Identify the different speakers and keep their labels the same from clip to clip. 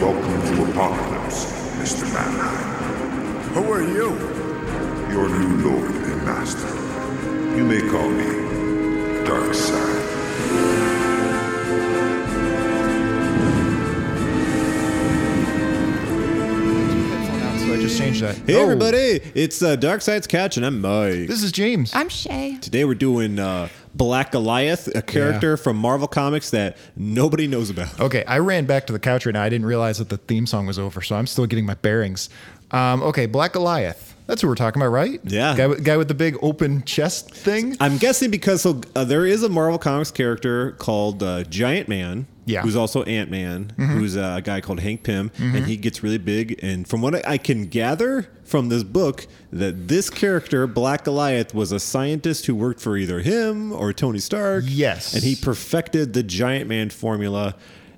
Speaker 1: Welcome to Apocalypse, Mr. Mannheim.
Speaker 2: Who are you?
Speaker 1: Your new lord and master. You may call me Darkseid.
Speaker 3: So I just changed that. Oh.
Speaker 4: Hey everybody, it's uh, Dark Side's Couch, and I'm Mike.
Speaker 3: This is James.
Speaker 5: I'm Shay.
Speaker 4: Today we're doing uh, Black Goliath, a character from Marvel Comics that nobody knows about.
Speaker 3: Okay, I ran back to the couch right now. I didn't realize that the theme song was over, so I'm still getting my bearings. Um, okay, Black Goliath. That's what we're talking about, right?
Speaker 4: Yeah.
Speaker 3: Guy, with- guy with the big open chest thing.
Speaker 4: I'm guessing because so, uh, there is a Marvel Comics character called uh, Giant Man,
Speaker 3: Yeah. Mm-hmm.
Speaker 4: who's also Ant Man, who's uh, a guy called Hank Pym, and he gets really big. And from what I, I can gather from this book, that this character Black Goliath was a scientist who worked for either him or Tony Stark.
Speaker 3: Yes.
Speaker 4: and he perfected the Giant Man formula.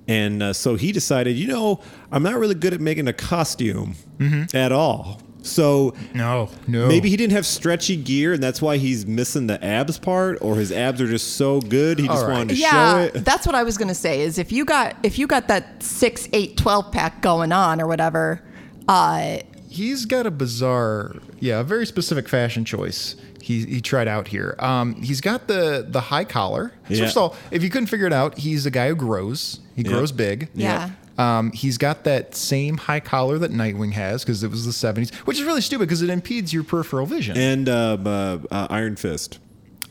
Speaker 4: And uh, so he decided, you know, I'm not really good at making a costume
Speaker 3: Mm-hmm.
Speaker 4: at all. So
Speaker 3: No, no.
Speaker 4: Maybe he didn't have stretchy gear, and that's why he's missing the abs part, or his abs are just so good he just
Speaker 3: All right.
Speaker 4: wanted to
Speaker 5: Yeah,
Speaker 4: show it.
Speaker 5: that's what I was gonna say. Is if you got if you got that six, eight, 12 pack going on or whatever, uh,
Speaker 3: He's got a bizarre, yeah, a very specific fashion choice. He, he tried out here. Um, he's got the the high collar. So
Speaker 4: Yeah.
Speaker 3: First of all, if you couldn't figure it out, he's a guy who grows. He grows big.
Speaker 5: Yeah.
Speaker 3: Um, he's got that same high collar that Nightwing has because it was the 70s, which is really stupid because it impedes your peripheral vision.
Speaker 4: And um, uh, uh, Iron Fist,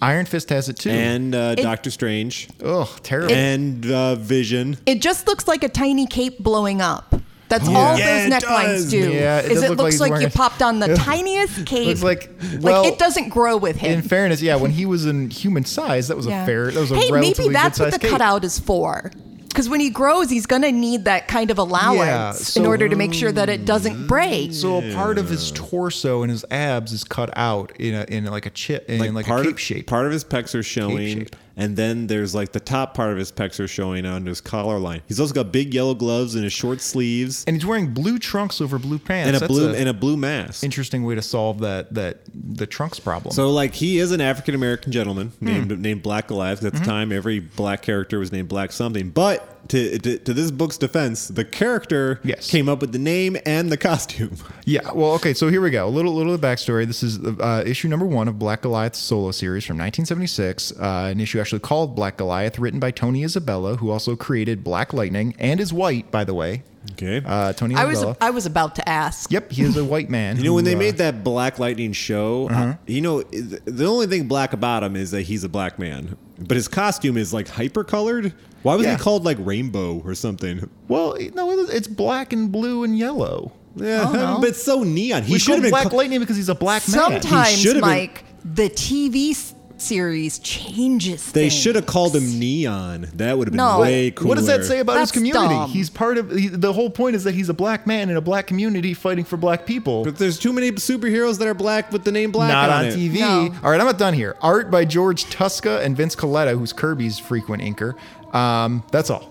Speaker 3: Iron Fist has it too.
Speaker 4: and uh, Doctor Strange,
Speaker 3: oh, terrible.
Speaker 4: and uh, Vision.
Speaker 5: it just looks like a tiny cape blowing up. That's all
Speaker 4: Yeah,
Speaker 5: those
Speaker 4: it
Speaker 5: necklines
Speaker 4: does.
Speaker 5: do.
Speaker 3: Yeah, it
Speaker 5: it
Speaker 3: does
Speaker 5: is it
Speaker 3: look like
Speaker 5: looks
Speaker 3: he's
Speaker 5: like,
Speaker 3: wearing
Speaker 5: you
Speaker 3: a-
Speaker 5: popped on the tiniest cape.
Speaker 3: Looks like- well,
Speaker 5: it doesn't grow with him.
Speaker 3: in fairness, yeah, when he was in human size, that was
Speaker 5: Yeah.
Speaker 3: a fair. That was a
Speaker 5: hey,
Speaker 3: relatively
Speaker 5: maybe that's what
Speaker 3: good-sized
Speaker 5: the
Speaker 3: cape.
Speaker 5: cutout is for. Because when he grows, he's gonna need that kind of allowance
Speaker 3: so-
Speaker 5: in order to make sure that it doesn't break.
Speaker 3: So a part of his torso and his abs is cut out in a, in like a chip in like,
Speaker 4: part
Speaker 3: a
Speaker 4: of,
Speaker 3: cape shape.
Speaker 4: Part of his pecs are showing,
Speaker 3: shape.
Speaker 4: and then there's like the top part of his pecs are showing on his collar line. He's also got big yellow gloves and his short sleeves,
Speaker 3: and he's wearing blue trunks over blue pants.
Speaker 4: and a
Speaker 3: That's
Speaker 4: blue
Speaker 3: a
Speaker 4: and a blue mask.
Speaker 3: interesting way to solve that that the trunks problem.
Speaker 4: So like he is an African American gentleman
Speaker 3: Hmm.
Speaker 4: named named Black Goliath. 'cause At
Speaker 3: Mm-hmm.
Speaker 4: the time, every black character was named Black something. But to to, to this book's defense, the character
Speaker 3: Yes.
Speaker 4: came up with the name and the costume.
Speaker 3: Yeah. Well, okay. So here we go. A little little backstory. This is uh, issue number one of Black Goliath solo series from 1976. Uh, an issue actually called Black Goliath, written by Tony Isabella, who also created Black Lightning and is white, by the way.
Speaker 4: Okay.
Speaker 3: Uh, Tony
Speaker 5: I was
Speaker 3: Isabella.
Speaker 5: I was about to ask.
Speaker 3: yep, he is a white man. uh,
Speaker 4: you know when they made that Black Lightning show,
Speaker 3: uh-huh.
Speaker 4: uh, you know th- the only thing black about him is that he's a black man, but his costume is like hyper colored. Why was
Speaker 3: Yeah.
Speaker 4: he called like Rainbow or something?
Speaker 3: Well, no, it- it's black and blue and yellow.
Speaker 4: Yeah, but it's so neon. He
Speaker 3: we
Speaker 4: should
Speaker 3: call
Speaker 4: have been
Speaker 3: Black
Speaker 4: cla-
Speaker 3: Lightning because he's a black man.
Speaker 5: Sometimes,
Speaker 4: should've been-
Speaker 5: Mike, the TV s- series changes.
Speaker 4: They
Speaker 5: things.
Speaker 4: should have called him Neon. That would have been
Speaker 5: No.
Speaker 4: way cooler.
Speaker 3: What does that say about his
Speaker 5: That's
Speaker 3: community?
Speaker 5: dumb.
Speaker 3: He's part of he, the whole point is that he's a black man in a black community fighting for black people.
Speaker 4: But there's too many superheroes that are black with the name black
Speaker 3: not
Speaker 4: on,
Speaker 3: on,
Speaker 4: it.
Speaker 3: TV.
Speaker 5: No.
Speaker 3: All right, I'm not done here. Art by George Tuska and Vince Coletta, who's Kirby's frequent inker. Um, that's all.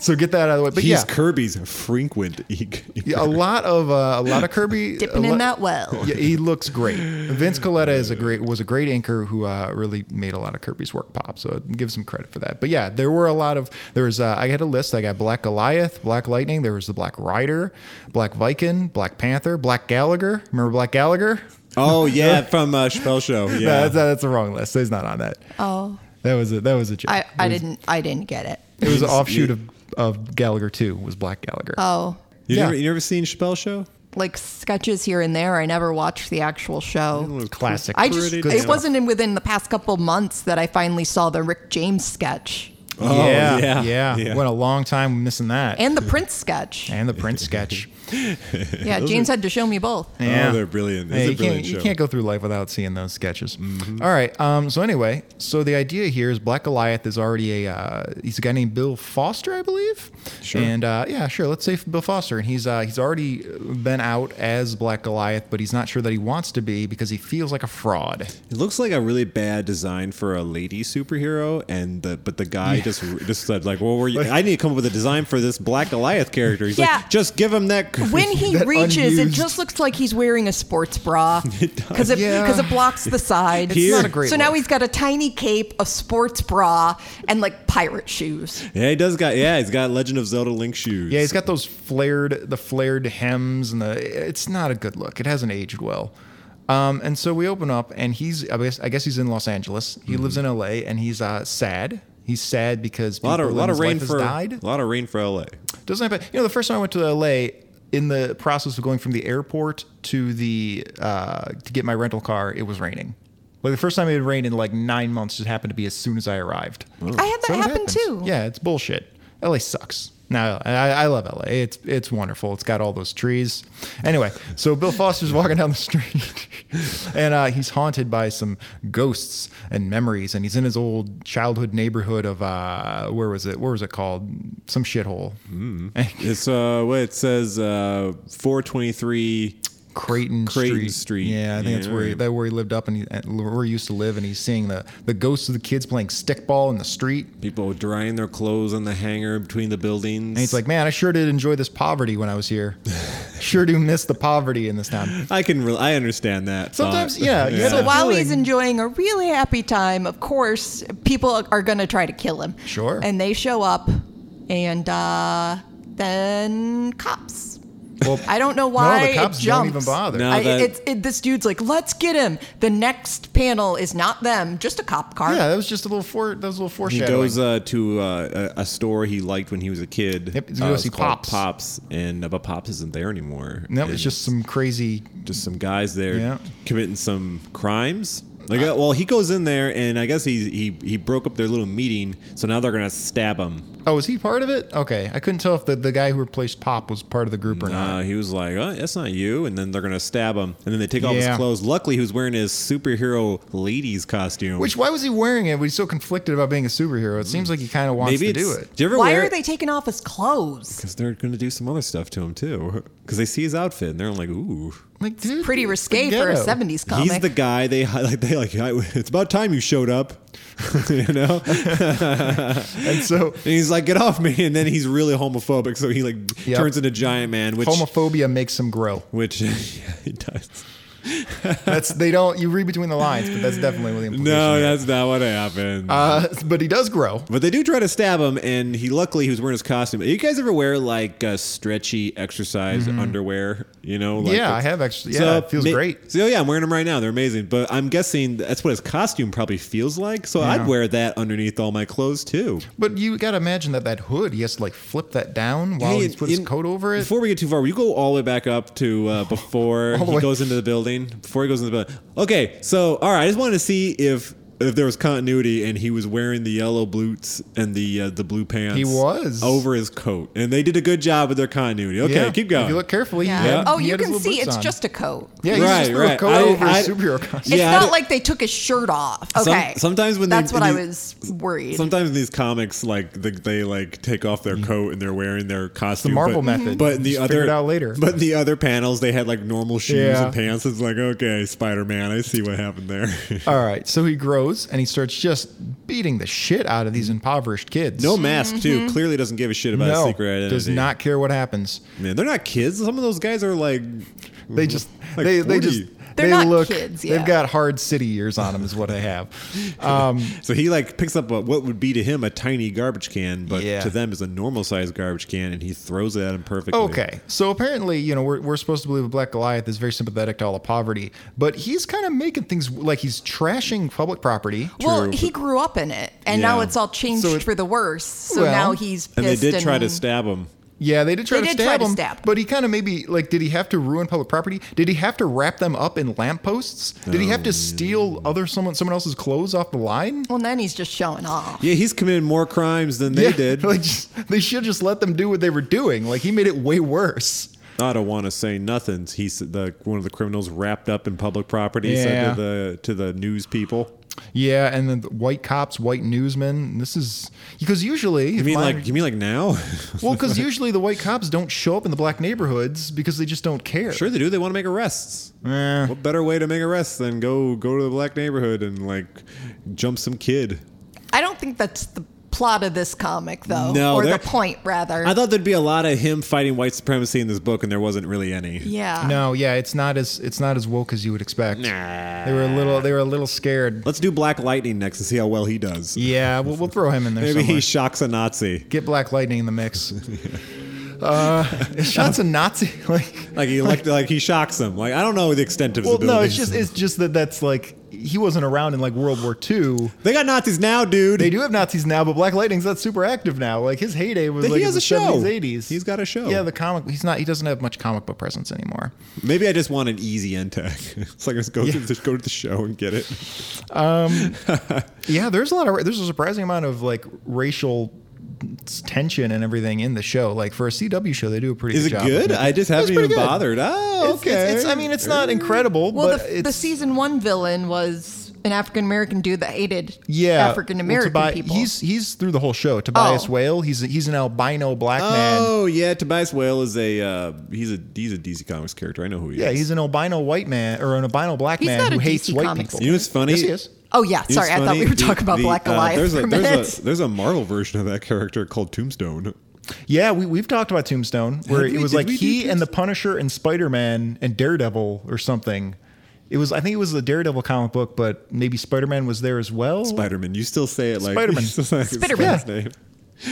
Speaker 3: So get that out of the way. But
Speaker 4: He's
Speaker 3: yeah,
Speaker 4: Kirby's frequent. e-
Speaker 3: yeah, a lot of uh, a lot of Kirby
Speaker 5: dipping
Speaker 3: a lot-
Speaker 5: in that well.
Speaker 3: Yeah, he looks great. Vince Coletta is a great was a great anchor who uh, really made a lot of Kirby's work pop. So give some credit for that. But yeah, there were a lot of there was uh, I had a list. I got Black Goliath, Black Lightning. There was the Black Rider, Black Viking, Black Panther, Black Gallagher. Remember Black Gallagher?
Speaker 4: Oh yeah, from uh, Chappelle Show.
Speaker 3: No,
Speaker 4: Yeah,
Speaker 3: that's, that's the wrong list. He's not on that.
Speaker 5: Oh,
Speaker 3: That was a that was a joke.
Speaker 5: I,
Speaker 3: it
Speaker 5: I
Speaker 3: was,
Speaker 5: didn't I didn't get it.
Speaker 3: It was an offshoot of, of Gallagher Two was Black Gallagher.
Speaker 5: Oh,
Speaker 4: you
Speaker 3: yeah.
Speaker 4: never you never seen Chappelle Show?
Speaker 5: like sketches here and there. I never watched the actual show.
Speaker 3: Classic.
Speaker 5: I just
Speaker 4: pretty
Speaker 5: it
Speaker 4: good stuff.
Speaker 5: wasn't in within the past couple months that I finally saw the Rick James sketch
Speaker 4: Oh,
Speaker 3: yeah,
Speaker 4: yeah,
Speaker 3: yeah,
Speaker 4: yeah.
Speaker 3: Went a long time missing that.
Speaker 5: and the Prince sketch.
Speaker 3: and the Prince sketch.
Speaker 5: Yeah, James had to show me both.
Speaker 3: Yeah.
Speaker 4: Oh, they're brilliant. It's
Speaker 3: Hey,
Speaker 4: a
Speaker 3: you,
Speaker 4: brilliant
Speaker 3: can't,
Speaker 4: show. Mm-hmm.
Speaker 3: you can't go through life without seeing those sketches. All right. Um, so anyway, so the idea here is Black Goliath is already a uh, he's a guy named Bill Foster, I believe. Sure. And uh, yeah, sure. Let's say Bill Foster, and he's uh, he's already been out as Black Goliath, but he's not sure that he wants to be because he feels like a fraud.
Speaker 4: It looks like a really bad design for a lady superhero, and the but the guy just just said like, "Well, were you, I need to come up with a design for this Black Goliath character." He's
Speaker 5: Yeah.
Speaker 4: like, "Just give him that."
Speaker 5: when he
Speaker 3: That
Speaker 5: reaches, it
Speaker 3: unused-
Speaker 5: just looks like he's wearing a sports bra because it,
Speaker 3: Yeah.
Speaker 5: 'cause it blocks the sides.
Speaker 4: It's not a
Speaker 3: great
Speaker 5: so now
Speaker 3: look.
Speaker 5: he's got a tiny cape, a sports bra, and like pirate shoes.
Speaker 4: yeah, he does got. Yeah, he's got Legend of Zelda Link shoes.
Speaker 3: Yeah, he's got those flared, the flared hems, and the. It's not a good look. It hasn't aged well. Um, and so we open up, and he's. I guess, I guess he's in Los Angeles. He lives in L.A. and he's uh, sad. He's sad because
Speaker 4: a lot of
Speaker 3: people in
Speaker 4: lot of
Speaker 3: his
Speaker 4: rain
Speaker 3: life has
Speaker 4: for
Speaker 3: died.
Speaker 4: a lot of rain for LA.
Speaker 3: Doesn't happen. You know, the first time I went to L.A. in the process of going from the airport to the uh, to get my rental car, it was raining. Like the first time it had rained in like nine months, it happened to be as soon as I arrived.
Speaker 5: I had that
Speaker 3: So it
Speaker 5: happen
Speaker 3: happens.
Speaker 5: too.
Speaker 3: Yeah, it's bullshit. LA sucks. No, I, I love LA. It's it's wonderful. It's got all those trees. Anyway, so Bill Foster's walking down the street, and uh, he's haunted by some ghosts and memories. And he's in his old childhood neighborhood of uh, where was it? Where was it called? Some shithole.
Speaker 4: Hmm. It's uh, what it says, uh, four twenty three.
Speaker 3: Creighton,
Speaker 4: Creighton
Speaker 3: Street.
Speaker 4: Street.
Speaker 3: Yeah, I think that's where he,
Speaker 4: Yeah.
Speaker 3: that where he lived up and he, and where he used to live. And he's seeing the the ghosts of the kids playing stickball in the street.
Speaker 4: People drying their clothes on the hanger between the buildings.
Speaker 3: And he's like, man, I sure did enjoy this poverty when I was here. sure do miss the poverty in this town.
Speaker 4: I can, re- I understand that.
Speaker 3: Sometimes,
Speaker 4: thought.
Speaker 3: yeah, you
Speaker 5: So
Speaker 3: gotta-
Speaker 5: while
Speaker 3: Feeling-
Speaker 5: he's enjoying a really happy time, of course, people are going to try to kill him.
Speaker 3: Sure.
Speaker 5: And they show up, and uh, then cops.
Speaker 3: Well,
Speaker 5: I don't know why
Speaker 3: no, the cops
Speaker 5: it jumps.
Speaker 3: don't even bother.
Speaker 4: No.
Speaker 5: I,
Speaker 4: that-
Speaker 5: it's, it, this dude's like, let's get him. The next panel is not them, just a cop car.
Speaker 3: Yeah, that was just a little for that was a little
Speaker 4: He
Speaker 3: foreshadowing.
Speaker 4: goes uh, to uh, a a store he liked when he was a kid.
Speaker 3: Yep, he's
Speaker 4: uh,
Speaker 3: gonna go
Speaker 4: it's
Speaker 3: see
Speaker 4: called
Speaker 3: Pops.
Speaker 4: Pops, and uh, but Pops isn't there anymore.
Speaker 3: no,
Speaker 4: And
Speaker 3: it's just some crazy.
Speaker 4: just some guys there
Speaker 3: Yeah.
Speaker 4: committing some crimes. Like, uh, well, he goes in there, and I guess he he he broke up their little meeting, so now they're gonna stab him.
Speaker 3: Oh, is he part of it? Okay, I couldn't tell if the, the guy who replaced Pop was part of the group or not.
Speaker 4: Uh, he was like, "Oh, that's not you," and then they're gonna stab him, and then they take off his
Speaker 3: Yeah.
Speaker 4: clothes. Luckily, he was wearing his superhero ladies costume.
Speaker 3: Which why was he wearing it? when He's so conflicted about being a superhero. It seems like he kind of wants to do
Speaker 4: it's-
Speaker 3: it.
Speaker 4: Do you ever
Speaker 5: Why
Speaker 4: wear
Speaker 5: are they taking off his clothes?
Speaker 4: Because they're gonna do some other stuff to him too. Because they see his outfit, and they're like, "Ooh."
Speaker 3: Like, dude,
Speaker 5: Pretty
Speaker 3: it's the
Speaker 5: risque for a
Speaker 3: ghetto.
Speaker 5: 70s comic.
Speaker 4: He's the guy they hi- like. They like. "I- It's about time you showed up. you know. And
Speaker 3: And so
Speaker 4: he's like, "Get off me!" And then he's really homophobic, so he like
Speaker 3: Yep.
Speaker 4: turns into giant man, which
Speaker 3: homophobia makes him grow.
Speaker 4: which yeah, he does.
Speaker 3: That's they don't. You read between the lines, but that's definitely what the implication.
Speaker 4: No,
Speaker 3: is.
Speaker 4: that's not what happened.
Speaker 3: Uh, but he does grow.
Speaker 4: but they do try to stab him, and he luckily he was wearing his costume. You guys ever wear like uh, stretchy exercise underwear? You know, like
Speaker 3: Mm-hmm. yeah, I
Speaker 4: it's-
Speaker 3: have actually. Yeah,
Speaker 4: So,
Speaker 3: it feels
Speaker 4: ma-
Speaker 3: great.
Speaker 4: So yeah, I'm wearing them right now. They're amazing. But I'm guessing that's what his costume probably feels like. So I'd wear that underneath all my clothes too.
Speaker 3: But you got to imagine that that hood, he has to like flip that down while
Speaker 4: Hey,
Speaker 3: he's put his
Speaker 4: in-
Speaker 3: coat over it.
Speaker 4: Before we get too far, will you go all the way back up to uh, before
Speaker 3: All the
Speaker 4: he
Speaker 3: way.
Speaker 4: goes into the building. Before he goes into the building. Okay, so all right, I just wanted to see if if there was continuity and he was wearing the yellow boots and the uh, the blue pants.
Speaker 3: He was.
Speaker 4: over his coat, and they did a good job with their continuity. Okay,
Speaker 3: Yeah.
Speaker 4: keep going.
Speaker 3: If you look carefully, he
Speaker 5: Yeah.
Speaker 3: had-
Speaker 5: Oh,
Speaker 3: he
Speaker 5: you
Speaker 3: had his
Speaker 5: can
Speaker 3: little
Speaker 5: see
Speaker 3: boots
Speaker 5: it's
Speaker 3: on.
Speaker 5: just a coat.
Speaker 3: yeah, he
Speaker 4: Right,
Speaker 3: just threw a
Speaker 4: right.
Speaker 3: coat
Speaker 4: I-
Speaker 3: over
Speaker 4: I-
Speaker 3: his superhero costume.
Speaker 5: It's
Speaker 4: Yeah, I
Speaker 5: not
Speaker 4: did-
Speaker 5: like they took his shirt off.
Speaker 4: Some-
Speaker 5: Okay.
Speaker 4: sometimes when they-
Speaker 5: that's what
Speaker 4: in
Speaker 5: I
Speaker 4: the-
Speaker 5: was worried.
Speaker 4: Sometimes in these comics, like the, they like take off their coat and they're wearing their costume.
Speaker 3: Mm-hmm. Marvel
Speaker 4: but,
Speaker 3: method.
Speaker 4: But in the
Speaker 3: Just figure
Speaker 4: other
Speaker 3: it out later.
Speaker 4: But in the other panels, they had like normal shoes
Speaker 3: Yeah.
Speaker 4: and pants. It's like okay, Spider Man. I see what happened there.
Speaker 3: All right, so he grows and he starts just beating the shit out of these impoverished kids.
Speaker 4: no mask too. Clearly doesn't give a shit about his
Speaker 3: no,
Speaker 4: secret identity.
Speaker 3: does not care what happens.
Speaker 4: Man, they're not kids. Some of those guys are like
Speaker 3: They just
Speaker 4: Mm-hmm. Like
Speaker 3: they they
Speaker 4: 40.
Speaker 3: just
Speaker 5: They're
Speaker 3: they
Speaker 5: not
Speaker 3: look
Speaker 5: kids, yeah.
Speaker 3: they've got hard city years on them is what they have. Um,
Speaker 4: so he like picks up a, what would be to him a tiny garbage can, but
Speaker 3: Yeah.
Speaker 4: to them is a normal sized garbage can, and he throws it at him perfectly.
Speaker 3: Okay, so apparently, you know, we're, we're supposed to believe that Black Goliath is very sympathetic to all the poverty, but he's kind of making things like he's trashing public property.
Speaker 5: well,
Speaker 4: True.
Speaker 5: he grew up in it, and now
Speaker 4: Yeah.
Speaker 5: it's all changed
Speaker 3: So it-
Speaker 5: for the worse. So
Speaker 3: Well-
Speaker 5: now he's pissed.
Speaker 4: And they did try to stab him.
Speaker 3: Yeah, they did try to
Speaker 5: They did
Speaker 3: stab
Speaker 5: try to
Speaker 3: him,
Speaker 5: stab.
Speaker 3: but he kind of maybe like, did he have to ruin public property? Did he have to wrap them up in lampposts? Did he have to steal other someone someone else's clothes off the line?
Speaker 5: Well, then he's just showing off.
Speaker 4: Yeah, he's committed more crimes than they
Speaker 3: Yeah,
Speaker 4: did.
Speaker 3: Like, just, they should just let them do what they were doing. Like, he made it way worse.
Speaker 4: I don't want to say nothing. He's the one of the criminals wrapped up in public property.
Speaker 3: Yeah.
Speaker 4: Said to the to the news people.
Speaker 3: Yeah, and then the white cops, white newsmen. This is because usually
Speaker 4: You mean like you mean like now?
Speaker 3: Well, because usually the white cops don't show up in the black neighborhoods because they just don't care.
Speaker 4: sure they do. They want to make arrests. What better way to make arrests than go go to the black neighborhood and like jump some kid?
Speaker 5: I don't think that's the plot of this comic, though,
Speaker 4: No,
Speaker 5: or
Speaker 4: there-
Speaker 5: the point rather.
Speaker 4: I thought there'd be a lot of him fighting white supremacy in this book, and there wasn't really any.
Speaker 5: yeah.
Speaker 3: No, yeah, it's not as it's not as woke as you would expect.
Speaker 4: Nah.
Speaker 3: They were a little they were a little scared.
Speaker 4: Let's do Black Lightning next and see how well he does.
Speaker 3: Yeah, we'll, we'll throw him in there.
Speaker 4: Maybe
Speaker 3: somewhere.
Speaker 4: he shocks a Nazi.
Speaker 3: get Black Lightning in the mix. Uh, is Sean's a Nazi? Like,
Speaker 4: Like he like, like he shocks him. Like I don't know the extent of his
Speaker 3: well, no, it's
Speaker 4: abilities.
Speaker 3: just it's just that that's like he wasn't around in like World War II.
Speaker 4: they got Nazis now, dude.
Speaker 3: They do have Nazis now, but Black Lightning's not super active now. Like his heyday was
Speaker 4: He
Speaker 3: like
Speaker 4: has
Speaker 3: the
Speaker 4: a show.
Speaker 3: 70s, 80s.
Speaker 4: He's got a show.
Speaker 3: Yeah, the comic. He's not. He doesn't have much comic book presence anymore.
Speaker 4: Maybe I just want an easy end tag. it's like just go to just go to the show and get it.
Speaker 3: Yeah, there's a lot of there's a surprising amount of like racial tension and everything in the show. Like for a CW show, they do a pretty.
Speaker 4: Is
Speaker 3: good
Speaker 4: it
Speaker 3: job
Speaker 4: good?
Speaker 3: of making-
Speaker 4: I just
Speaker 3: It's
Speaker 4: haven't even
Speaker 3: pretty good.
Speaker 4: bothered. Oh,
Speaker 3: It's-
Speaker 4: okay.
Speaker 3: it's- it's- I mean, it's not incredible,
Speaker 5: Well,
Speaker 3: but
Speaker 5: the,
Speaker 3: it's,
Speaker 5: the season one villain was an African American dude that hated
Speaker 3: yeah,
Speaker 5: African
Speaker 3: well,
Speaker 5: American
Speaker 3: Tobi-
Speaker 5: people.
Speaker 3: He's he's through the whole show. Tobias
Speaker 5: Oh.
Speaker 3: Whale. He's he's an albino black man.
Speaker 4: Oh yeah, Tobias Whale is a uh, he's a he's a DC Comics character. I know who he
Speaker 3: Yeah,
Speaker 4: is.
Speaker 3: he's an albino white man or an albino black
Speaker 5: He's
Speaker 3: man
Speaker 5: not
Speaker 3: who
Speaker 5: a
Speaker 3: hates
Speaker 5: DC
Speaker 3: white
Speaker 5: Comics
Speaker 3: people.
Speaker 4: You know what's funny?
Speaker 3: Yes, he is.
Speaker 5: oh yeah,
Speaker 4: You know what's
Speaker 5: sorry, I thought
Speaker 4: funny?
Speaker 5: we were
Speaker 4: The-
Speaker 5: talking about
Speaker 4: the,
Speaker 5: Black
Speaker 4: uh,
Speaker 5: Goliath
Speaker 4: there's
Speaker 5: for
Speaker 4: a
Speaker 5: a
Speaker 4: there's
Speaker 5: minute.
Speaker 4: a there's a Marvel version of that character called Tombstone.
Speaker 3: Yeah, we we've talked about Tombstone where
Speaker 4: Did
Speaker 3: it
Speaker 4: we-
Speaker 3: was
Speaker 4: did
Speaker 3: like
Speaker 4: we do
Speaker 3: he and the
Speaker 4: Tombstone?
Speaker 3: Punisher and Spider Man and Daredevil or something. It was I think it was the Daredevil comic book, but maybe Spider Man was there as well.
Speaker 4: Spider-Man. You still say it like
Speaker 3: Spider-Man.
Speaker 5: Spider-Man.
Speaker 4: Spider-Man.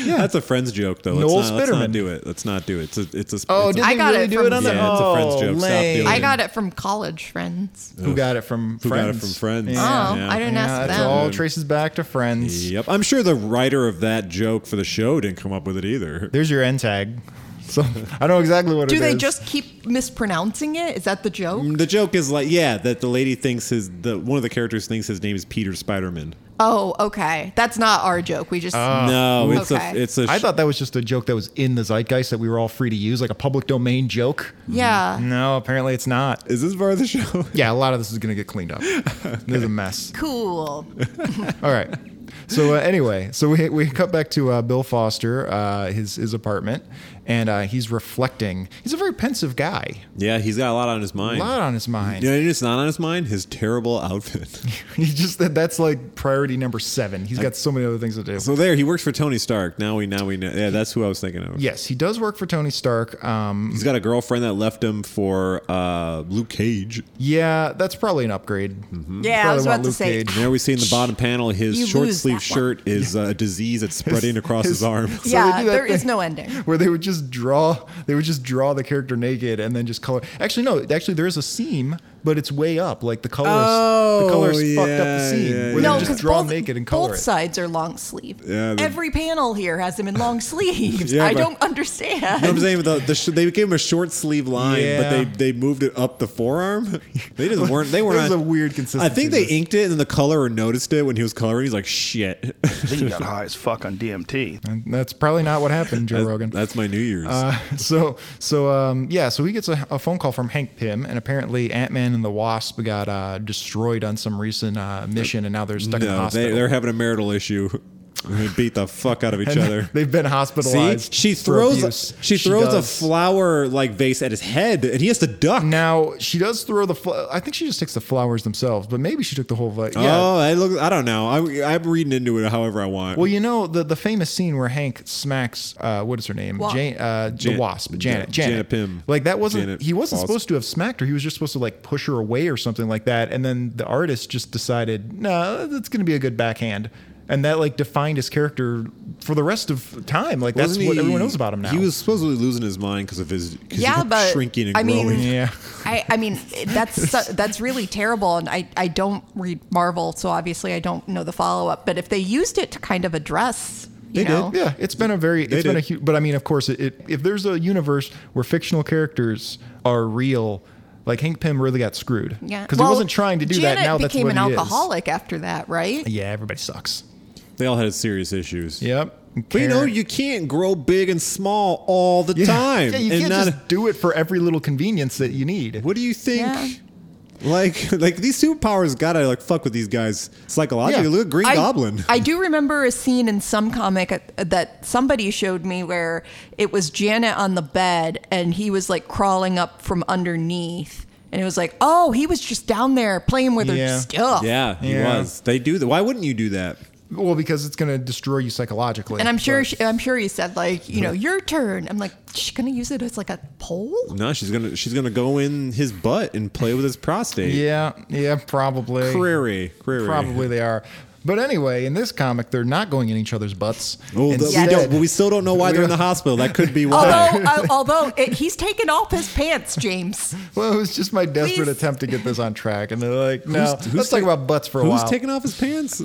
Speaker 4: Yeah. That's a friends joke though. Let's
Speaker 3: Noel
Speaker 4: not, let's not
Speaker 3: Spider-Man.
Speaker 4: do it. Let's not do it. It's a, it's a
Speaker 3: Oh,
Speaker 4: it's
Speaker 3: did
Speaker 4: a,
Speaker 5: I
Speaker 3: they
Speaker 5: got
Speaker 3: really
Speaker 5: it
Speaker 3: do it
Speaker 5: from-
Speaker 3: on the
Speaker 4: Yeah, it's a friend's
Speaker 3: Oh,
Speaker 4: joke. Stop
Speaker 3: lame.
Speaker 4: doing
Speaker 5: I got it from college friends.
Speaker 3: Who got it from
Speaker 4: Who
Speaker 3: Friends?
Speaker 4: got it from Friends?
Speaker 3: Yeah.
Speaker 5: Oh, I didn't
Speaker 3: Yeah,
Speaker 5: ask
Speaker 3: that's
Speaker 5: them.
Speaker 3: all traces back to Friends.
Speaker 4: Yep. I'm sure the writer of that joke for the show didn't come up with it either.
Speaker 3: There's your end tag. So I know exactly what it
Speaker 5: Do
Speaker 3: is. Mm.
Speaker 5: they just keep mispronouncing it? Is that the joke?
Speaker 4: The joke is like, yeah, that the lady thinks his the one of the characters thinks his name is Peter Spiderman.
Speaker 5: Oh, okay. That's not our joke. We just
Speaker 3: Ah.
Speaker 4: no, it's
Speaker 5: Okay.
Speaker 4: a it's a
Speaker 3: I thought that was just a joke that was in the zeitgeist that we were all free to use, like a public domain joke.
Speaker 5: yeah.
Speaker 3: No, apparently it's not.
Speaker 4: is this part of the show?
Speaker 3: Yeah, a lot of this is gonna get cleaned up. There's a mess.
Speaker 5: Cool.
Speaker 3: Mm. All right. So uh, anyway, so we, we cut back to uh, Bill Foster, uh, his his apartment, and uh, he's reflecting. He's a very pensive guy.
Speaker 4: yeah, he's got a lot on his
Speaker 3: A
Speaker 4: mind.
Speaker 3: lot on his mind.
Speaker 4: You know, it's not on his mind. His terrible outfit.
Speaker 3: He just that that's like priority number seven. He's got so many other things to do.
Speaker 4: so there, he works for Tony Stark. Now we now we know. Yeah, that's who I was thinking of.
Speaker 3: yes, he does work for Tony Stark. Um,
Speaker 4: He's got a girlfriend that left him for uh, Luke Cage.
Speaker 3: yeah, that's probably an upgrade.
Speaker 5: Yeah, I was
Speaker 3: Probably want
Speaker 5: about to
Speaker 3: Luke
Speaker 5: say.
Speaker 3: Cage.
Speaker 4: And there we see in the bottom panel his
Speaker 5: You
Speaker 4: short
Speaker 5: lose
Speaker 4: sleeve
Speaker 5: that one.
Speaker 4: shirt is uh, a disease that's spreading across his, arm.
Speaker 5: Yeah,
Speaker 3: do that
Speaker 5: there is
Speaker 3: thing.
Speaker 5: no ending.
Speaker 3: Where they would just draw, they would just draw the character naked and then just color. Actually, no, actually there is a seam, but it's way up. Like the colors,
Speaker 4: Oh,
Speaker 3: the colors fucked up the
Speaker 4: yeah,
Speaker 3: seam.
Speaker 4: yeah,
Speaker 3: where
Speaker 4: yeah.
Speaker 3: they
Speaker 5: No,
Speaker 3: would just
Speaker 5: because
Speaker 3: draw
Speaker 5: both,
Speaker 3: naked and
Speaker 5: both
Speaker 3: color it.
Speaker 5: sides are long sleeve.
Speaker 4: Yeah, the-
Speaker 5: Every panel here has them in long sleeves.
Speaker 4: Yeah,
Speaker 5: I
Speaker 4: but-
Speaker 5: don't understand.
Speaker 4: You know what I'm saying? The, the sh- they gave him a short sleeve line, but
Speaker 3: Yeah.
Speaker 4: they, they moved it up the forearm. They just weren't. They weren't.
Speaker 3: There's
Speaker 4: on-
Speaker 3: a weird
Speaker 4: I
Speaker 3: consistency
Speaker 4: think
Speaker 3: to
Speaker 4: they
Speaker 3: this.
Speaker 4: inked it, and then the colorer noticed it when he was coloring. He's like, "Shit,
Speaker 6: He got high as fuck on DMT.
Speaker 3: And that's probably not what happened, Joe Rogan.
Speaker 4: that's my New Year's."
Speaker 3: so so um, yeah so he gets a, a phone call from hank pym and apparently ant-man and the wasp got uh, destroyed on some recent uh, mission and now they're stuck in the
Speaker 4: no, they,
Speaker 3: hospital
Speaker 4: they're having a marital issue. They beat the fuck out of each
Speaker 3: And
Speaker 4: other.
Speaker 3: they've been
Speaker 4: See,
Speaker 3: hospitalized
Speaker 4: she
Speaker 3: for
Speaker 4: throws
Speaker 3: abuse.
Speaker 4: she
Speaker 3: She
Speaker 4: throws a
Speaker 3: does.
Speaker 4: flower like vase at his head, and he has to duck.
Speaker 3: now she does throw the fl- i think she just takes the flowers themselves but maybe she took the whole vi- yeah
Speaker 4: Oh, I look. I don't know. I, I'm reading into it however I want.
Speaker 3: Well, you know the the famous scene where Hank smacks uh, what is her name,
Speaker 5: Wa-
Speaker 3: Jane, uh,
Speaker 4: Jan-
Speaker 3: the Wasp,
Speaker 4: Jan-
Speaker 3: Janet,
Speaker 4: Janet
Speaker 3: Janet,
Speaker 4: Pym.
Speaker 3: Like that wasn't
Speaker 4: Janet
Speaker 3: he wasn't
Speaker 4: Wasp.
Speaker 3: supposed to have smacked her. He was just supposed to like push her away or something like that. And then the artist just decided, no, that's going to be a good backhand, and that like defined his character for the rest of time. Like that's
Speaker 4: Wasn't
Speaker 3: what
Speaker 4: he-
Speaker 3: everyone knows about him now.
Speaker 4: He was supposedly losing his mind because of his 'cause he
Speaker 5: Yeah,
Speaker 4: kept
Speaker 5: but
Speaker 4: shrinking and
Speaker 5: I mean-
Speaker 4: growing.
Speaker 3: yeah.
Speaker 5: I, I mean, that's su- that's really terrible, and I, I don't read Marvel, so obviously I don't know the follow up. But if they used it to kind of address, you
Speaker 4: They did,
Speaker 5: know,
Speaker 3: Yeah, it's been a very, it's been a
Speaker 4: did.
Speaker 3: huge, but I mean, of course, it, it, if there's a universe where fictional characters are real, like Hank Pym really got screwed. Because
Speaker 5: Well,
Speaker 3: he wasn't trying to do
Speaker 5: Janet
Speaker 3: that. Now that's
Speaker 5: became
Speaker 3: what
Speaker 5: an
Speaker 3: he is.
Speaker 5: alcoholic after that, right?
Speaker 3: Yeah, everybody sucks.
Speaker 4: They all had serious issues.
Speaker 3: Yep.
Speaker 4: But you know,
Speaker 3: Karen.
Speaker 4: you can't grow big and small all the time.
Speaker 3: Yeah, you
Speaker 4: and
Speaker 3: can't
Speaker 4: not-
Speaker 3: just do it for every little convenience that you need.
Speaker 4: what do you think?
Speaker 5: Yeah.
Speaker 4: Like, like these superpowers gotta like fuck with these guys psychologically.
Speaker 3: Yeah.
Speaker 4: Look at Green
Speaker 5: I,
Speaker 4: Goblin.
Speaker 5: I do remember a scene in some comic uh, that somebody showed me where it was Janet on the bed and he was like crawling up from underneath. And it was like, oh, he was just down there playing with
Speaker 3: Yeah.
Speaker 5: her stuff.
Speaker 4: yeah, he
Speaker 3: Yeah.
Speaker 4: was. They do that. Why wouldn't you do that?
Speaker 3: Well, because it's going to destroy you psychologically.
Speaker 5: And I'm sure
Speaker 3: But-
Speaker 5: she, I'm sure he said like, you know, your turn. I'm like, she's gonna use it as like a pole.
Speaker 4: No, she's gonna she's gonna go in his butt and play with his prostate.
Speaker 3: yeah, yeah, probably.
Speaker 4: Crary, crary.
Speaker 3: Probably they are. But anyway, in this comic, they're not going in each other's butts.
Speaker 4: Well, th-
Speaker 5: Yes.
Speaker 4: we don't. But we still don't know why they're in the hospital. That could be why.
Speaker 5: Although, uh, although it, he's taken off his pants, James.
Speaker 3: Well, it was just my desperate
Speaker 5: Please.
Speaker 3: attempt to get this on track, and they're like, "No, let's talk about butts for a
Speaker 4: who's
Speaker 3: while."
Speaker 4: Who's taking off his pants?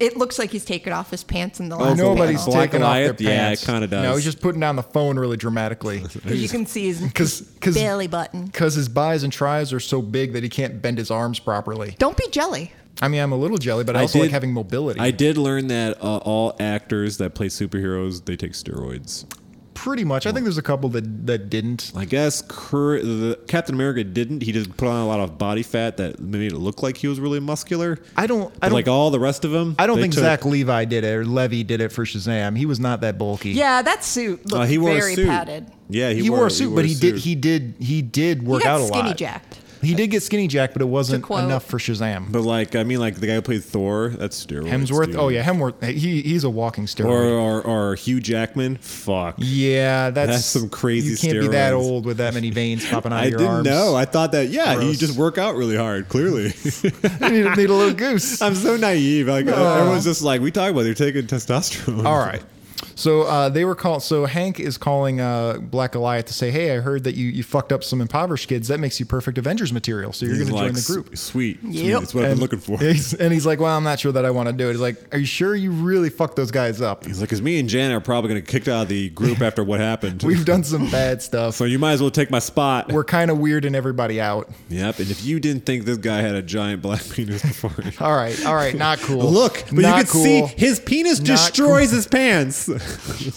Speaker 5: It looks like he's taken off his pants in the
Speaker 4: Oh,
Speaker 5: last.
Speaker 3: Nobody's
Speaker 5: panel.
Speaker 4: Black
Speaker 3: taking off their
Speaker 4: Goliath? Yeah,
Speaker 3: pants.
Speaker 4: it kinda does.
Speaker 3: No, he's just putting down the phone really dramatically.
Speaker 5: 'Cause You can see his
Speaker 3: Because because
Speaker 5: belly button.
Speaker 3: Because his buys and tries are so big that he can't bend his arms properly.
Speaker 5: Don't be jelly.
Speaker 3: I mean, I'm a little jelly, but I, also like having mobility.
Speaker 4: I did learn that uh, all actors that play superheroes they take steroids.
Speaker 3: Pretty much. I think there's a couple that, that didn't.
Speaker 4: I guess Cur- the Captain America didn't. He just put on a lot of body fat that made it look like he was really muscular.
Speaker 3: I don't- I
Speaker 4: But like
Speaker 3: don't-
Speaker 4: all the rest of them.
Speaker 3: I don't
Speaker 4: they
Speaker 3: think
Speaker 4: took-
Speaker 3: Zach Levi did it or Levy did it for Shazam. He was not that bulky.
Speaker 5: Yeah, that suit
Speaker 4: Uh,
Speaker 5: looked
Speaker 4: he wore
Speaker 5: very
Speaker 4: a suit.
Speaker 5: padded.
Speaker 4: Yeah, he,
Speaker 3: He, wore, a suit, but
Speaker 4: a
Speaker 3: he did
Speaker 4: suit.
Speaker 3: he did he did work
Speaker 5: got
Speaker 3: out a
Speaker 5: skinny
Speaker 3: lot.
Speaker 5: jacked.
Speaker 3: He did get skinny jacked, but it wasn't
Speaker 5: quote-
Speaker 3: enough for Shazam.
Speaker 4: But like, I mean, like the guy who played Thor, that's steroids.
Speaker 3: Hemsworth,
Speaker 4: dude.
Speaker 3: oh yeah, Hemsworth, he he's a walking
Speaker 4: Or,
Speaker 3: steroid.
Speaker 4: or or Hugh Jackman. Fuck.
Speaker 3: yeah, that's,
Speaker 4: That's some crazy
Speaker 3: You can't be that
Speaker 4: steroids.
Speaker 3: old with that many veins popping out
Speaker 4: I
Speaker 3: of your
Speaker 4: didn't
Speaker 3: arms.
Speaker 4: know. I thought that yeah, you
Speaker 3: Gross.
Speaker 4: just work out really hard. Clearly,
Speaker 3: need, a- need a little goose.
Speaker 4: I'm so naive. Like everyone's just like, we talk about you're taking testosterone.
Speaker 3: All right. So uh, they were called. So Hank is calling uh, Black Goliath to say, "Hey, I heard that you, you fucked up some impoverished kids. That makes you perfect Avengers material. So you're
Speaker 4: He's
Speaker 3: going to
Speaker 4: like,
Speaker 3: join the group."
Speaker 4: "S- Sweet. sweet.
Speaker 5: Yep.
Speaker 4: That's what I've been looking for.
Speaker 3: He's- and he's like, "Well, I'm not sure that I want to do it." He's like, "Are you sure you really fucked those guys up?
Speaker 4: He's like, because me and Janet are probably going to kick out of the group after what happened.
Speaker 3: We've done some bad stuff.
Speaker 4: so you might as well take my spot.
Speaker 3: We're kind of weirding everybody out."
Speaker 4: yep. And if you didn't think this guy had a giant black penis before,
Speaker 3: All right, all right, not cool.
Speaker 4: look, but
Speaker 3: Not
Speaker 4: you can
Speaker 3: cool.
Speaker 4: see his penis
Speaker 3: Not
Speaker 4: destroys his pants.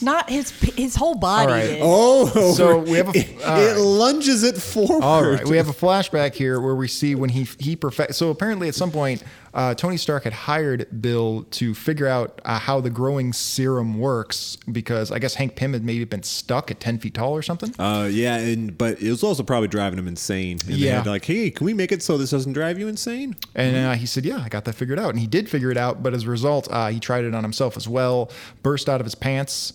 Speaker 5: Not his p- his whole body.
Speaker 3: All right.
Speaker 5: did.
Speaker 4: Oh,
Speaker 3: So we have a-
Speaker 4: it,
Speaker 3: all
Speaker 4: it
Speaker 3: right.
Speaker 4: lunges it forward.
Speaker 3: All right, we have a flashback here where we see when he he perfect. So apparently, at some point, uh, Tony Stark had hired Bill to figure out uh, how the growing serum works because I guess Hank Pym had maybe been stuck at ten feet tall or something.
Speaker 4: Uh, yeah, and but it was also probably driving him insane. And they
Speaker 3: Yeah.
Speaker 4: had to like, hey, can we make it so this doesn't drive you insane?
Speaker 3: And uh, he said, "Yeah, I got that figured out." And he did figure it out, but as a result, uh, he tried it on himself as well. Burst out of his pants.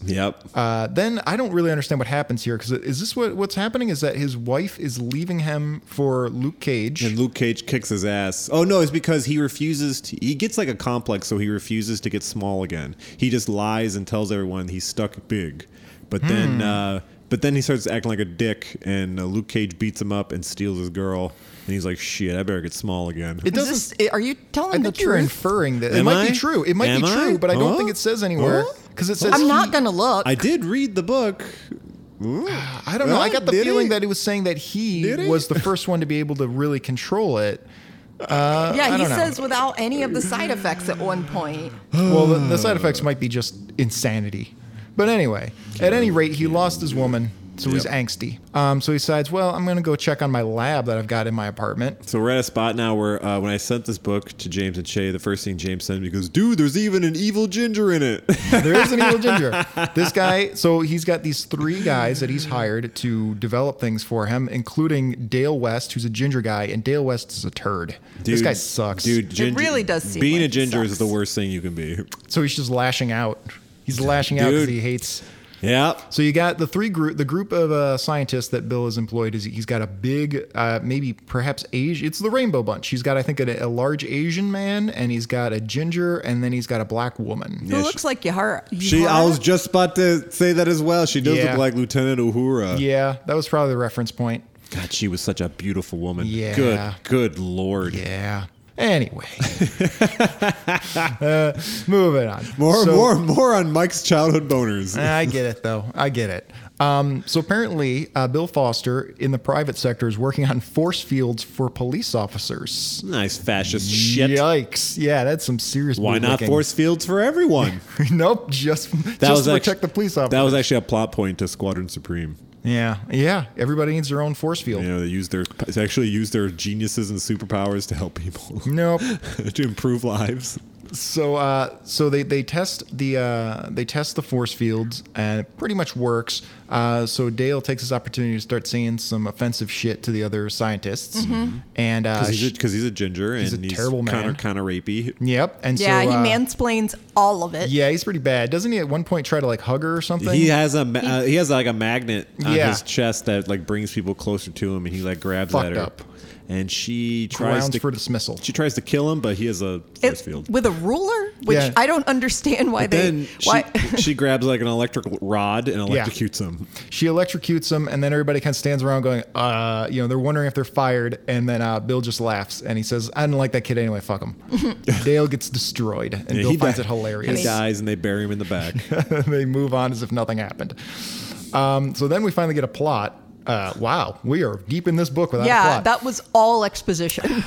Speaker 4: Yep.
Speaker 3: Uh, then I don't really understand what happens here because is this what what's happening? Is that his wife is leaving him for Luke Cage?
Speaker 4: And Luke Cage kicks his ass. Oh no, it's because he refuses to. He gets like a complex, so he refuses to get small again. He just lies and tells everyone he's stuck big. But
Speaker 5: Hmm.
Speaker 4: then, uh, but then he starts acting like a dick, and uh, Luke Cage beats him up and steals his girl. And he's like, "Shit, I better get small again."
Speaker 3: it
Speaker 5: Is
Speaker 3: doesn't
Speaker 5: this- are you telling
Speaker 3: I
Speaker 5: the
Speaker 3: think you're
Speaker 5: truth?
Speaker 3: inferring that. It
Speaker 4: Am
Speaker 3: might
Speaker 4: I?
Speaker 3: be true. It might
Speaker 4: Am
Speaker 3: be
Speaker 4: I?
Speaker 3: true, but I don't
Speaker 4: Huh?
Speaker 3: think it says anywhere
Speaker 4: Huh?
Speaker 3: because it says
Speaker 5: I'm not
Speaker 3: he-
Speaker 5: gonna look.
Speaker 4: I did read the book.
Speaker 3: I don't know. I
Speaker 4: Huh?
Speaker 3: got the
Speaker 4: Did
Speaker 3: feeling
Speaker 4: he?
Speaker 3: that it was saying that he,
Speaker 4: Did he?
Speaker 3: was the first one to be able to really control it.
Speaker 5: yeah, he
Speaker 3: don't know.
Speaker 5: says without any of the side effects at one point.
Speaker 3: well, the, the side effects might be just insanity. But anyway, at any rate, he lost his woman, so he's
Speaker 4: Yep.
Speaker 3: angsty. Um, so he decides, well, I'm going to go check on my lab that I've got in my apartment.
Speaker 4: So we're at a spot now where uh, when I sent this book to James and Shay, the first thing James sent me goes, "Dude, there's even an evil ginger in it."
Speaker 3: There is an evil ginger. This guy, so he's got these three guys that he's hired to develop things for him, including Dale West, who's a ginger guy, and Dale West is a turd. this
Speaker 4: Dude-
Speaker 3: guy sucks.
Speaker 4: Dude, ginger,
Speaker 5: really does seem
Speaker 4: being
Speaker 5: like
Speaker 4: a
Speaker 5: he
Speaker 4: ginger is
Speaker 5: sucks.
Speaker 4: the worst thing you can be.
Speaker 3: So he's just lashing out. He's lashing out because
Speaker 4: Dude.
Speaker 3: he hates.
Speaker 4: Yeah.
Speaker 3: So you got the three group, the group of uh, scientists that Bill has employed is he's got a big, uh, maybe perhaps Asian. It's the Rainbow Bunch. He's got, I think, a, a large Asian man, and he's got a ginger, and then he's got a black woman.
Speaker 5: Who looks like Yahara?
Speaker 4: She, I
Speaker 5: Yahara?
Speaker 4: was just about to say that as well. She does
Speaker 3: Yeah.
Speaker 4: look like Lieutenant Uhura.
Speaker 3: Yeah, that was probably the reference point.
Speaker 4: God, she was such a beautiful woman.
Speaker 3: Yeah.
Speaker 4: Good, good lord.
Speaker 3: Yeah. Anyway, Uh, moving on.
Speaker 4: More,
Speaker 3: So- Eh.
Speaker 4: more, more on Mike's childhood boners.
Speaker 3: I get it though. I get it. Um, so apparently, uh, Bill Foster in the private sector is working on force fields for police officers.
Speaker 4: nice fascist shit.
Speaker 3: Yikes! Yeah, that's some serious.
Speaker 4: Why not
Speaker 3: bootlicking.
Speaker 4: force fields for everyone?
Speaker 3: nope. Just just to protect the police officers.
Speaker 4: That was actually a plot point to Squadron Supreme.
Speaker 3: yeah, yeah. Everybody needs their own force field.
Speaker 4: You know, they use their they actually use their geniuses and superpowers to help people
Speaker 3: Nope.
Speaker 4: to improve lives.
Speaker 3: So uh, so they, they test the uh, they test the force fields and it pretty much works. Uh, so Dale takes this opportunity to start saying some offensive shit to the other scientists,
Speaker 5: Mm-hmm.
Speaker 3: and uh,
Speaker 4: Because he's, a- 'cause he's a ginger and
Speaker 3: He's
Speaker 4: he's,
Speaker 3: a terrible man.
Speaker 4: kind of kind of rapey.
Speaker 3: yep, and
Speaker 5: yeah,
Speaker 3: so
Speaker 5: he
Speaker 3: uh,
Speaker 5: mansplains all of it.
Speaker 3: yeah, he's pretty bad. Doesn't he at one point try to like hug her or something?
Speaker 4: He has a ma- uh, he has like a magnet on
Speaker 3: Yeah.
Speaker 4: his chest that like brings people closer to him, and he like grabs
Speaker 3: Fucked
Speaker 4: at her.
Speaker 3: up.
Speaker 4: And she tries
Speaker 3: Grounds
Speaker 4: to
Speaker 3: for dismissal.
Speaker 4: She tries to kill him, but he has a force
Speaker 5: It,
Speaker 4: field.
Speaker 5: with a ruler, which
Speaker 3: Yeah.
Speaker 5: I don't understand why
Speaker 4: But
Speaker 5: they
Speaker 4: then
Speaker 5: why
Speaker 4: she, she grabs like an electric rod and
Speaker 3: Yeah.
Speaker 4: electrocutes him.
Speaker 3: She electrocutes him, and then everybody kind of stands around going, uh, you know, they're wondering if they're fired. And then uh, Bill just laughs and he says, I didn't like that kid anyway, fuck him. Dale gets destroyed, and Bill finds
Speaker 4: di-
Speaker 3: it hilarious.
Speaker 4: He dies, and they bury him in the back.
Speaker 3: they move on as if nothing happened. Um, so then we finally get a plot. Uh, wow, we are deep in this book without
Speaker 5: yeah,
Speaker 3: a plot.
Speaker 5: that was all exposition.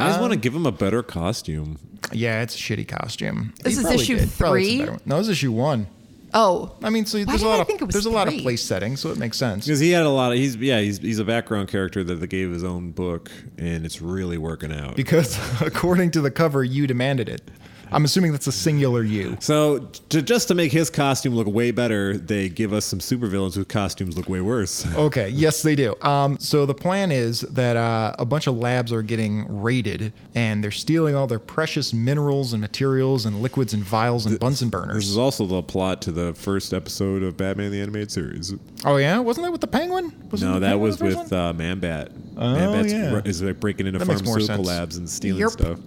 Speaker 4: I just want to give him a better costume.
Speaker 3: yeah, it's a shitty costume.
Speaker 5: This
Speaker 3: He
Speaker 5: is
Speaker 3: probably
Speaker 5: issue
Speaker 3: Probably
Speaker 5: three?
Speaker 3: some better one. No, this is issue one.
Speaker 5: Oh,
Speaker 3: I mean, so
Speaker 5: Why
Speaker 3: there's a
Speaker 5: did
Speaker 3: lot
Speaker 5: I
Speaker 3: of
Speaker 5: think it was
Speaker 3: there's a lot of
Speaker 5: three?
Speaker 3: place settings, so it makes sense.
Speaker 4: Because he had a lot of he's yeah he's he's a background character that they gave his own book, and it's really working out.
Speaker 3: Because according to the cover, you demanded it. I'm assuming that's a singular you.
Speaker 4: So to, just to make his costume look way better, they give us some supervillains whose costumes look way worse.
Speaker 3: Okay, yes, they do. Um, so the plan is that uh, a bunch of labs are getting raided, and they're stealing all their precious minerals and materials and liquids and vials and Bunsen
Speaker 4: This
Speaker 3: burners.
Speaker 4: is also the plot to the first episode of Batman the Animated Series.
Speaker 3: Oh yeah, wasn't that with the Penguin? Wasn't
Speaker 4: No,
Speaker 3: the
Speaker 4: that
Speaker 3: Penguin
Speaker 4: was
Speaker 3: the first
Speaker 4: with
Speaker 3: one?
Speaker 4: uh, Manbat. Manbat's
Speaker 3: yeah.
Speaker 4: ru- is like breaking into
Speaker 3: That makes more
Speaker 4: pharmaceutical
Speaker 3: sense.
Speaker 4: labs and stealing
Speaker 5: Yerp.
Speaker 4: stuff.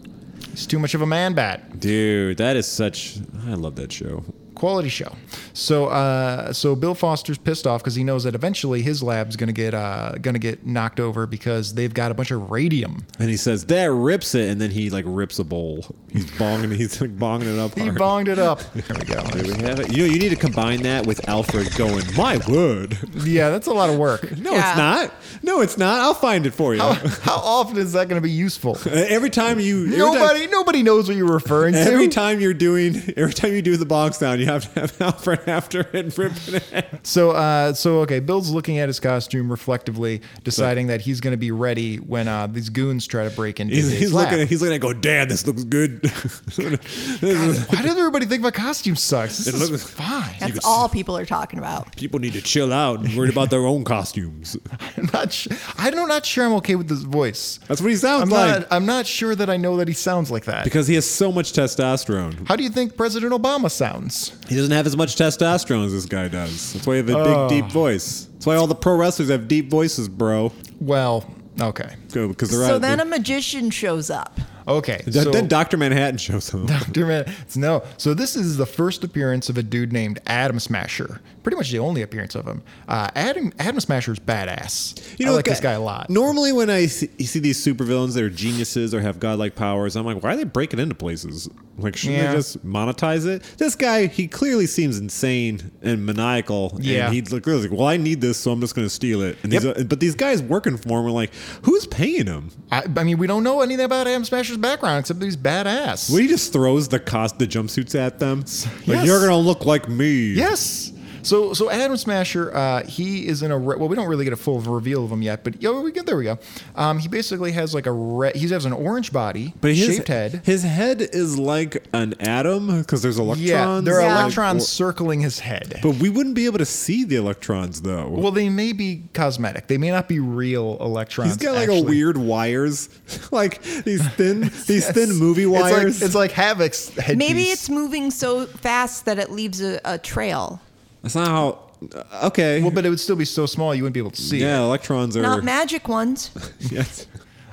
Speaker 3: It's too much of a man bat.
Speaker 4: Dude, that is such. I love that show.
Speaker 3: Quality show. So, uh, so Bill Foster's pissed off because he knows that eventually his lab's gonna get uh, gonna get knocked over because they've got a bunch of radium.
Speaker 4: And he says that rips it, and then he like rips a bowl. He's bonging. He's like bonging it up.
Speaker 3: He
Speaker 4: hard.
Speaker 3: bonged it up. There we go.
Speaker 4: There we have it. You know, you need to combine that with Alfred going. My word.
Speaker 3: Yeah, that's a lot of work.
Speaker 4: No,
Speaker 5: Yeah.
Speaker 4: it's not. No, it's not. I'll find it for you.
Speaker 3: How often is that gonna be useful?
Speaker 4: Uh, Every time you every
Speaker 3: Nobody,
Speaker 4: time,
Speaker 3: nobody knows what you're referring to.
Speaker 4: every time you're doing every time you do the box down, you have to have Alfred after and rip it.
Speaker 3: So, uh, so okay, Bill's looking at his costume reflectively, deciding that he's going to be ready when uh, these goons try to break into
Speaker 4: He's,
Speaker 3: his
Speaker 4: he's
Speaker 3: lab.
Speaker 4: looking. At, he's looking at. it Go, damn, this looks good. This is-
Speaker 3: Why does everybody think my costume sucks? This
Speaker 4: It
Speaker 3: is
Speaker 4: looks-
Speaker 3: fine.
Speaker 5: that's all people are talking about.
Speaker 4: People need to chill out and worry about their own costumes.
Speaker 3: I'm not. Sh- I'm not sure I'm okay with this voice.
Speaker 4: That's what he sounds
Speaker 3: I'm
Speaker 4: like
Speaker 3: not. I'm not sure that I know that he sounds like that.
Speaker 4: because he has so much testosterone.
Speaker 3: How do you think President Obama sounds?
Speaker 4: He doesn't have as much testosterone as this guy does. That's why he has a big, deep voice. That's why all the pro wrestlers have deep voices, bro.
Speaker 3: Well, okay,
Speaker 4: Because they're
Speaker 5: So
Speaker 4: out-
Speaker 5: then a magician shows up.
Speaker 3: okay.
Speaker 4: Th-
Speaker 3: so-
Speaker 4: then Doctor Manhattan shows up.
Speaker 3: Dr. Man, it's no. So this is the first appearance of a dude named Adam Smasher. Pretty much the only appearance of him. Uh, Adam Adam Smasher's badass. You know, I like
Speaker 4: okay,
Speaker 3: this guy a lot.
Speaker 4: Normally, when I see, you see these supervillains that are geniuses or have godlike powers, I'm like, why are they breaking into places? Like, shouldn't
Speaker 3: Yeah.
Speaker 4: they just monetize it? This guy, he clearly seems insane and maniacal.
Speaker 3: Yeah.
Speaker 4: And he's like, really like, well, I need this, so I'm just going to steal it. And these,
Speaker 3: Yep.
Speaker 4: uh, but these guys working for him are like, who's paying him?
Speaker 3: I, I mean, we don't know anything about Adam Smasher's background except that he's badass.
Speaker 4: Well, he just throws the cost the jumpsuits at them. Like,
Speaker 3: Yes.
Speaker 4: you're going to look like me.
Speaker 3: yes. So so Adam Smasher, uh, he is in a re- well. We don't really get a full reveal of him yet, but yo, we get there. We go. Um, he basically has like a red. He has an orange body,
Speaker 4: But his
Speaker 3: shaved head.
Speaker 4: His head is like an atom because there's electrons.
Speaker 3: yeah, there are
Speaker 5: Yeah.
Speaker 3: electrons circling his head.
Speaker 4: But we wouldn't be able to see the electrons though.
Speaker 3: Well, they may be cosmetic. They may not be real electrons.
Speaker 4: He's got like a
Speaker 3: actually.
Speaker 4: weird wires, like these thin, these thin movie
Speaker 3: It's like,
Speaker 4: wires.
Speaker 3: it's like Havoc's headpiece.
Speaker 5: Maybe it's moving so fast that it leaves a, a trail.
Speaker 4: That's not how. uh, Okay.
Speaker 3: well, but it would still be so small you wouldn't be able to see.
Speaker 4: yeah,
Speaker 3: It.
Speaker 4: electrons are.
Speaker 5: Not magic ones.
Speaker 4: Yes.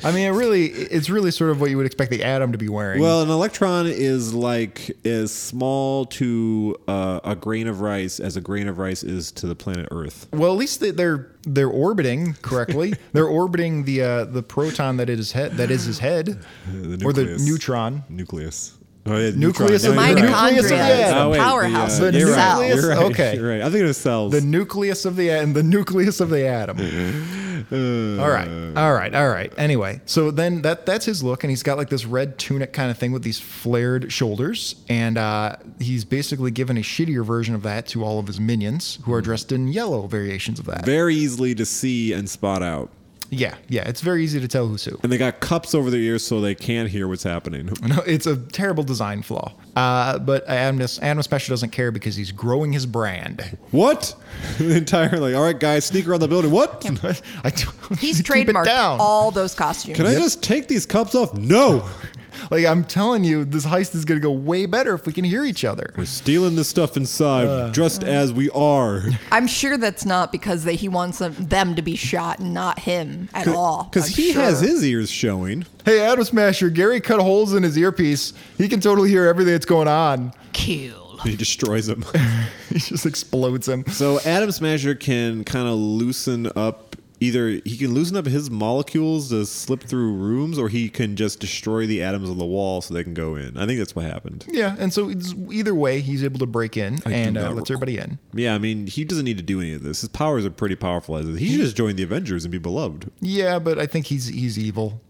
Speaker 3: I mean, it really, it's really sort of what you would expect the atom to be wearing.
Speaker 4: Well, an electron is like as small to uh, a grain of rice as a grain of rice is to the planet Earth.
Speaker 3: well, at least they, they're they're orbiting correctly. they're orbiting the uh, the proton that it is head that is his head, or the
Speaker 4: nucleus.
Speaker 3: neutron.
Speaker 4: Nucleus. Oh, yeah,
Speaker 3: Nucleus
Speaker 4: neutron.
Speaker 3: of
Speaker 4: No, you're
Speaker 3: the
Speaker 4: right.
Speaker 3: nucleus of the
Speaker 5: Mitochondria.
Speaker 3: atom.
Speaker 5: Oh, wait. powerhouse of
Speaker 4: uh, you're
Speaker 3: the
Speaker 4: right.
Speaker 3: cell.
Speaker 4: You're right.
Speaker 3: Okay.
Speaker 4: You're right. I think it was cells.
Speaker 3: The nucleus of the and the nucleus of the atom. all right, all right, all right. Anyway, so then that that's his look, and he's got like this red tunic kind of thing with these flared shoulders, and uh, he's basically given a shittier version of that to all of his minions, who are dressed in yellow variations of that.
Speaker 4: Very easily to see and spot out.
Speaker 3: Yeah, yeah. It's very easy to tell who's who.
Speaker 4: And they got cups over their ears so they can't hear what's happening.
Speaker 3: No, it's a terrible design flaw. Uh, but Animus, Animus Pasha doesn't care because he's growing his brand.
Speaker 4: What? the entire like, all right, guys, sneak around the building. What?
Speaker 3: I don't-
Speaker 5: He's
Speaker 3: keep it
Speaker 5: trademarked
Speaker 3: down.
Speaker 5: all those costumes.
Speaker 4: Can I just take these cups off? No.
Speaker 3: like I'm telling you, this heist is gonna go way better if we can hear each other.
Speaker 4: We're stealing the stuff inside, dressed as we are.
Speaker 5: I'm sure that's not because that he wants them- them to be shot and not him at all.
Speaker 4: Because
Speaker 5: I'm
Speaker 4: he has
Speaker 5: sure.
Speaker 4: his ears showing.
Speaker 3: Hey, Adam Smasher, Gary cut holes in his earpiece. He can totally hear everything that's going on.
Speaker 5: kill.
Speaker 4: He destroys them.
Speaker 3: He just explodes him.
Speaker 4: so Adam Smasher can kind of loosen up. Either he can loosen up his molecules to slip through rooms, or he can just destroy the atoms on the wall so they can go in. I think that's what happened.
Speaker 3: Yeah, and so it's, either way, he's able to break in and uh,
Speaker 4: not
Speaker 3: lets everybody in.
Speaker 4: Yeah, I mean, he doesn't need to do any of this. His powers are pretty powerful as it is. He should just join the Avengers and be beloved.
Speaker 3: Yeah, but I think he's he's evil.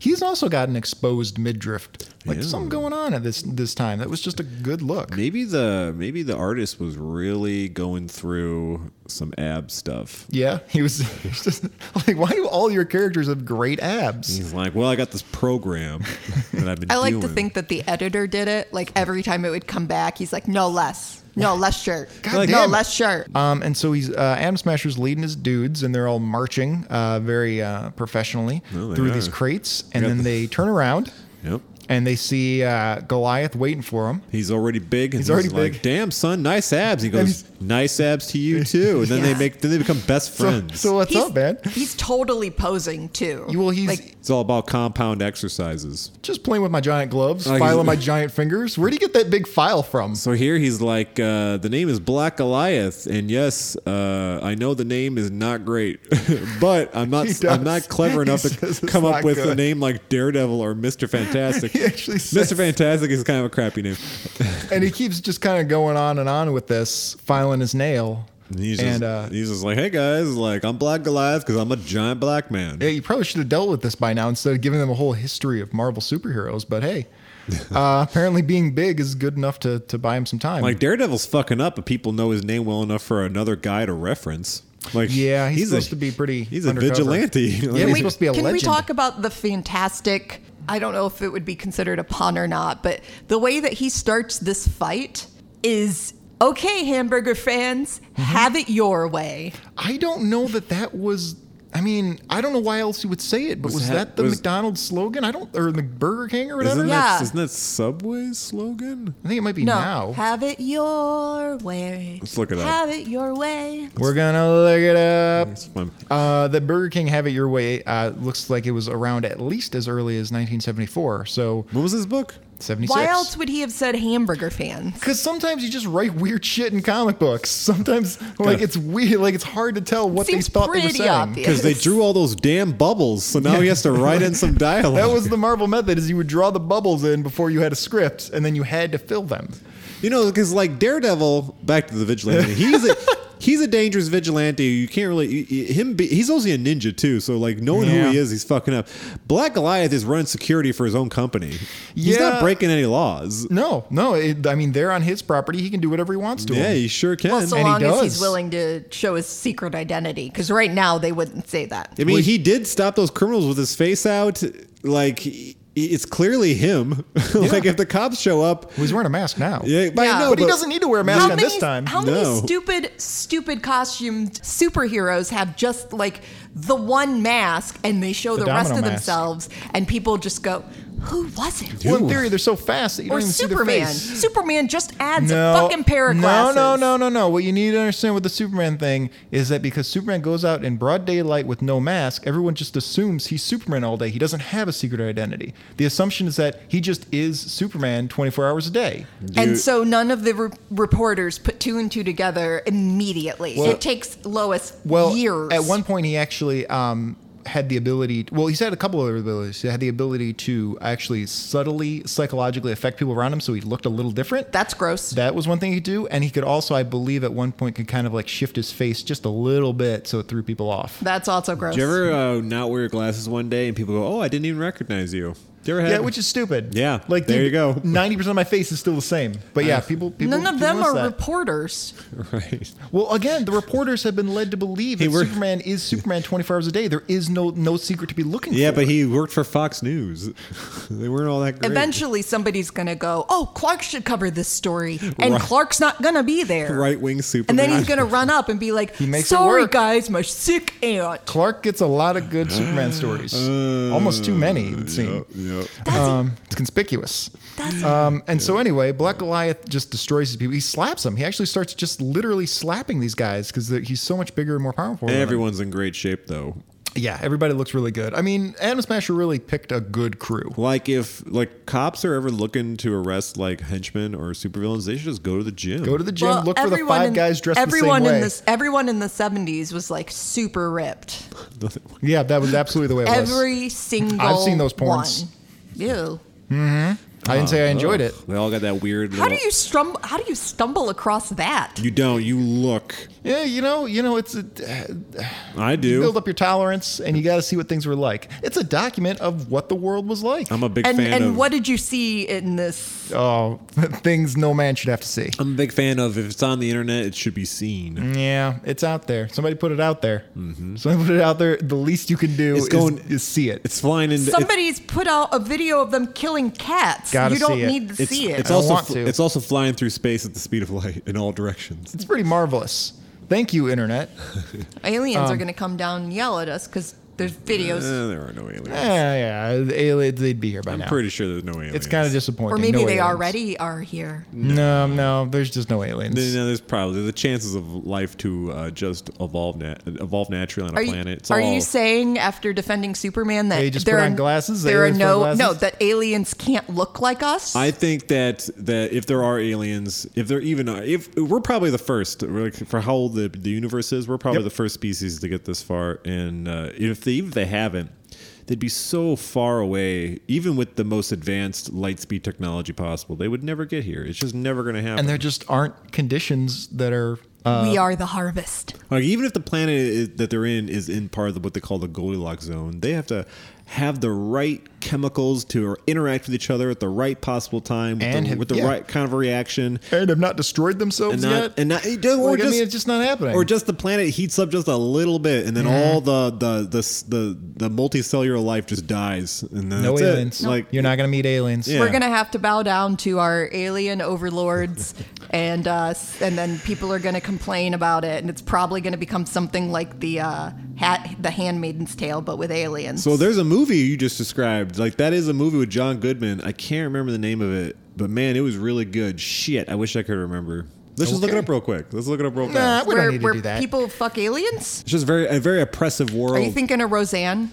Speaker 3: He's also got an exposed midriff. Like
Speaker 4: Yeah.
Speaker 3: something going on at this this time. That was just a good look.
Speaker 4: Maybe the maybe the artist was really going through some ab stuff.
Speaker 3: Yeah, he was he was just like, why do all your characters have great abs?
Speaker 4: He's like, well, I got this program that I've been.
Speaker 5: I like to
Speaker 4: doing."
Speaker 5: think that the editor did it. Like every time it would come back, he's like, "No less, no less shirt,
Speaker 3: God
Speaker 5: no
Speaker 3: damn it.
Speaker 5: less shirt."
Speaker 3: Um, and so he's uh, Adam Smasher's leading his dudes, and they're all marching uh, very uh, professionally
Speaker 4: Oh, they
Speaker 3: through these
Speaker 4: are.
Speaker 3: crates, and
Speaker 4: got
Speaker 3: then
Speaker 4: the-
Speaker 3: they turn around
Speaker 4: Yep.
Speaker 3: and they see uh, Goliath waiting for him.
Speaker 4: He's already big. And
Speaker 3: He's already
Speaker 4: like,
Speaker 3: big.
Speaker 4: Damn, son, nice abs. He goes, nice abs to you too. And then
Speaker 5: Yeah.
Speaker 4: they make, then they become best
Speaker 3: So,
Speaker 4: friends.
Speaker 3: so what's
Speaker 5: he's,
Speaker 3: up, man?
Speaker 5: He's totally posing too.
Speaker 3: Well, he's
Speaker 5: like,
Speaker 4: it's all about compound exercises.
Speaker 3: just playing with my giant gloves,
Speaker 4: Like-
Speaker 3: filing my giant fingers. Where'd he get that big file from?
Speaker 4: Oh, So here he's like, uh, the name is Black Goliath, and yes, uh, I know the name is not great, but I'm not
Speaker 3: He does.
Speaker 4: I'm not clever
Speaker 3: He
Speaker 4: enough
Speaker 3: says
Speaker 4: to
Speaker 3: it's
Speaker 4: come
Speaker 3: not
Speaker 4: up with a
Speaker 3: good.
Speaker 4: name like Daredevil or Mister Fantastic.
Speaker 3: He actually says-
Speaker 4: Mister Fantastic is kind of a crappy name.
Speaker 3: And he keeps just kind of going on and on with this, filing his nail.
Speaker 4: And he's,
Speaker 3: and
Speaker 4: just,
Speaker 3: uh,
Speaker 4: he's just like, hey guys, like I'm Black Goliath because I'm a giant black man.
Speaker 3: yeah, you probably should have dealt with this by now instead of giving them a whole history of Marvel superheroes. But hey, uh, apparently being big is good enough to to buy him some time.
Speaker 4: Like Daredevil's fucking up, but people know his name well enough for another guy to reference. Like,
Speaker 3: Yeah, he's
Speaker 4: a-
Speaker 3: supposed to be pretty
Speaker 4: He's a
Speaker 3: undercover.
Speaker 4: vigilante. Like,
Speaker 3: he's
Speaker 5: Wait,
Speaker 3: supposed to be a
Speaker 5: can we
Speaker 3: legend.
Speaker 5: talk about the fantastic? I don't know if it would be considered a pun or not, but the way that he starts this fight is okay. Hamburger fans,
Speaker 3: Mm-hmm.
Speaker 5: have it your way.
Speaker 3: I don't know that that was. I mean, I don't know why else you would say it, but was, that,
Speaker 4: that-
Speaker 3: the
Speaker 4: was-
Speaker 3: McDonald's slogan? I don't, or the Burger King or whatever.
Speaker 4: isn't
Speaker 5: Yeah.
Speaker 4: that isn't that Subway's slogan?
Speaker 3: I think it might be
Speaker 5: No,
Speaker 3: now.
Speaker 5: have it your way.
Speaker 4: Let's look it up.
Speaker 5: Have it your way.
Speaker 3: We're gonna look it up.
Speaker 4: It's fun.
Speaker 3: Uh, the Burger King "Have It Your Way" uh, looks like it was around at least as early as 1974. So
Speaker 4: What was this book?
Speaker 3: 76.
Speaker 5: Why else would he have said hamburger fans?
Speaker 3: Because sometimes you just write weird shit in comic books. Sometimes, like it's weird, like it's hard to tell what
Speaker 5: Seems
Speaker 3: they thought they were
Speaker 5: pretty
Speaker 3: saying.
Speaker 5: obvious.
Speaker 4: Because they drew all those damn bubbles, so now he has to write in some dialogue.
Speaker 3: That was the Marvel method: is you would draw the bubbles in before you had a script, and then you had to fill them.
Speaker 4: you know, because like Daredevil, back to the vigilante. He's a he's a dangerous vigilante. You can't really y- y- him. Be, he's also a ninja too. So like knowing
Speaker 3: Yeah.
Speaker 4: who he is, he's fucking up. Black Goliath is running security for his own company. He's
Speaker 3: Yeah.
Speaker 4: not breaking any laws.
Speaker 3: No, no. It, I mean, they're on his property. He can do whatever he wants to.
Speaker 4: Yeah,
Speaker 3: him.
Speaker 4: he sure can.
Speaker 5: well, so
Speaker 3: And he
Speaker 5: long as
Speaker 3: does.
Speaker 5: he's willing to show his secret identity. Because right now they wouldn't say that.
Speaker 4: I mean, he did stop those criminals with his face out. Like, he- it's clearly him. like, if the cops show up,
Speaker 3: He's wearing a mask now.
Speaker 4: yeah, but, I
Speaker 5: Yeah.
Speaker 4: know,
Speaker 3: But he doesn't need to wear a mask on
Speaker 5: many,
Speaker 3: this time.
Speaker 5: How many
Speaker 4: No.
Speaker 5: stupid, stupid costumed superheroes have just like the one mask and they show
Speaker 3: The
Speaker 5: the, rest of
Speaker 3: domino mask.
Speaker 5: themselves and people just go, who was it?
Speaker 3: Well, in theory, they're so fast that you
Speaker 5: Or
Speaker 3: don't even see their
Speaker 5: Superman.
Speaker 3: face.
Speaker 5: Superman just adds a fucking pair of glasses.
Speaker 3: No, no, no, no, no. What you need to understand with the Superman thing is that because Superman goes out in broad daylight with no mask, everyone just assumes he's Superman all day. He doesn't have a secret identity. The assumption is that he just is Superman 24 hours a day.
Speaker 5: And so none of the re- reporters put two and two together immediately. it takes Lois
Speaker 3: Well,
Speaker 5: years.
Speaker 3: at one point, he actually um, had the ability. well, he's had a couple of abilities. He had the ability to actually subtly psychologically affect people around him, so he looked a little different.
Speaker 5: that's gross.
Speaker 3: That was one thing he could do, and he could also, I believe, at one point, could kind of like shift his face just a little bit, so it threw people off.
Speaker 5: that's also gross.
Speaker 4: Do you ever uh, not wear your glasses one day and people go, oh, I didn't even recognize you? They're ahead.
Speaker 3: Yeah, which is stupid.
Speaker 4: Yeah, there you go.
Speaker 3: Ninety percent of my face is still the same. But yeah, people. people
Speaker 5: None of
Speaker 3: people
Speaker 5: them
Speaker 3: miss
Speaker 5: are
Speaker 3: that.
Speaker 5: reporters.
Speaker 4: right.
Speaker 3: Well, again, the reporters have been led to believe
Speaker 4: He
Speaker 3: that
Speaker 4: worked-
Speaker 3: Superman is Superman 24 hours a day. There is no no secret to be looking
Speaker 4: Yeah,
Speaker 3: for.
Speaker 4: but he worked for Fox News. they weren't all that great.
Speaker 5: Eventually, somebody's going to go, oh, Clark should cover this story. And
Speaker 4: Right.
Speaker 5: Clark's not going to be there.
Speaker 4: Right wing
Speaker 5: And
Speaker 4: Superman.
Speaker 5: then he's going to run up and be like,
Speaker 3: makes it
Speaker 5: sorry,
Speaker 3: work."
Speaker 5: guys, my sick aunt.
Speaker 3: Clark gets a lot of good Superman stories.
Speaker 4: Uh,
Speaker 3: Almost too many, it would seem.
Speaker 4: Yep.
Speaker 3: Um, it's conspicuous. Um, and so anyway, Black Goliath just destroys these people. He slaps them. He actually starts just literally slapping these guys because he's so much bigger and more powerful. than them.
Speaker 4: Everyone's in great shape though.
Speaker 3: Yeah, everybody looks really good. I mean, Adam Smasher really picked a good crew.
Speaker 4: Like if like cops are ever looking to arrest like henchmen or supervillains, they should just go to the gym.
Speaker 3: Go to the gym,
Speaker 5: Well,
Speaker 3: look for the
Speaker 5: everyone
Speaker 3: five
Speaker 5: in-
Speaker 3: guys dressed the same
Speaker 5: everyone
Speaker 3: way.
Speaker 5: in this everyone in the 70s was like super ripped
Speaker 3: yeah, that was absolutely the way it was.
Speaker 5: every single
Speaker 3: I've seen those porns.
Speaker 5: one. Ew.
Speaker 3: I didn't say I enjoyed it.
Speaker 4: They all got that weird.
Speaker 5: how do
Speaker 4: little-
Speaker 5: you stumble how do you stumble across that
Speaker 4: You don't. You look.
Speaker 3: Yeah, you know, you know, it's a,
Speaker 4: I
Speaker 3: you
Speaker 4: do.
Speaker 3: build up your tolerance and you got to see what things were like. It's a document of what the world was like.
Speaker 4: I'm a big
Speaker 5: and
Speaker 4: fan
Speaker 5: and
Speaker 4: of.
Speaker 5: what did you see in this
Speaker 3: oh, things no man should have to see.
Speaker 4: I'm a big fan of. If it's on the internet, it should be seen.
Speaker 5: Mm.
Speaker 3: Yeah, it's out there. Somebody put it out there. Somebody put it out there. The least you can do
Speaker 4: Mm-hmm. It's
Speaker 3: is,
Speaker 4: going-
Speaker 3: is see it.
Speaker 4: It's flying into. it's-
Speaker 5: somebody's put out a video of them killing cats
Speaker 3: Gotta
Speaker 5: you don't
Speaker 3: see it.
Speaker 5: need to
Speaker 4: it's,
Speaker 5: see it
Speaker 4: It's
Speaker 3: I don't
Speaker 4: also
Speaker 3: want
Speaker 4: fl-
Speaker 3: to.
Speaker 4: it's also flying through space at the speed of light in all directions.
Speaker 3: It's pretty marvelous. Thank you, internet.
Speaker 5: aliens
Speaker 3: Um,
Speaker 5: are going to come down and yell at us because there's videos
Speaker 4: Eh, there are no aliens.
Speaker 3: Ah, yeah, yeah. The aliens, they'd be here by
Speaker 4: I'm
Speaker 3: now.
Speaker 4: pretty sure there's no aliens.
Speaker 3: it's kind of disappointing.
Speaker 5: or maybe
Speaker 3: No
Speaker 5: they
Speaker 3: aliens.
Speaker 5: already are here
Speaker 3: No, no. There's just no aliens.
Speaker 4: No, no, there's probably the chances of life to uh, just evolve nat- evolve naturally on a
Speaker 5: Are you,
Speaker 4: planet. It's
Speaker 5: are
Speaker 4: all,
Speaker 5: you saying after defending Superman that
Speaker 3: They just
Speaker 5: there
Speaker 3: put
Speaker 5: are,
Speaker 3: on glasses? They
Speaker 5: There are
Speaker 3: always put on
Speaker 5: no
Speaker 3: glasses?
Speaker 5: no that aliens can't look like us.
Speaker 4: I think that that if there are aliens, if there even are, if we're probably the first like, for how old the, the universe is, we're probably
Speaker 3: Yep.
Speaker 4: the first species to get this far. And uh, if they even if they haven't, they'd be so far away. Even with the most advanced light speed technology possible, they would never get here. It's just never going to happen.
Speaker 3: And there just aren't conditions that are. Uh,
Speaker 5: we are the harvest.
Speaker 4: Like even if the planet is, that they're in is in part of what they call the Goldilocks zone, they have to have the right chemicals to interact with each other at the right possible time with
Speaker 3: And
Speaker 4: the,
Speaker 3: have-
Speaker 4: with the
Speaker 3: yeah.
Speaker 4: right kind of reaction.
Speaker 3: and have not destroyed themselves
Speaker 4: And not,
Speaker 3: yet.
Speaker 4: and not, it doesn't- or
Speaker 3: Like, I
Speaker 4: just,
Speaker 3: mean, it's just not happening.
Speaker 4: Or just the planet heats up just a little bit, and then
Speaker 3: Mm-hmm.
Speaker 4: all the the the s- the, the multicellular life just dies, and then
Speaker 3: no
Speaker 4: that's it.
Speaker 3: aliens.
Speaker 4: Like
Speaker 3: you're not going to meet aliens.
Speaker 4: Yeah.
Speaker 5: We're gonna have to bow down to our alien overlords, and uh, s- and then people are gonna complain about it, and it's probably gonna become something like the uh, hat, the Handmaiden's Tale, but with aliens.
Speaker 4: So there's a movie you just described. Like that is a movie with John Goodman. I can't remember the name of it, but man, it was really good. Shit, I wish I could remember. Let's just look it
Speaker 3: Okay.
Speaker 4: up real quick. Let's look it up real quick.
Speaker 3: Nah, we
Speaker 5: where
Speaker 3: don't need to
Speaker 5: where
Speaker 3: do that.
Speaker 5: people fuck aliens?
Speaker 4: It's just very a very oppressive world.
Speaker 5: Are you thinking of Roseanne?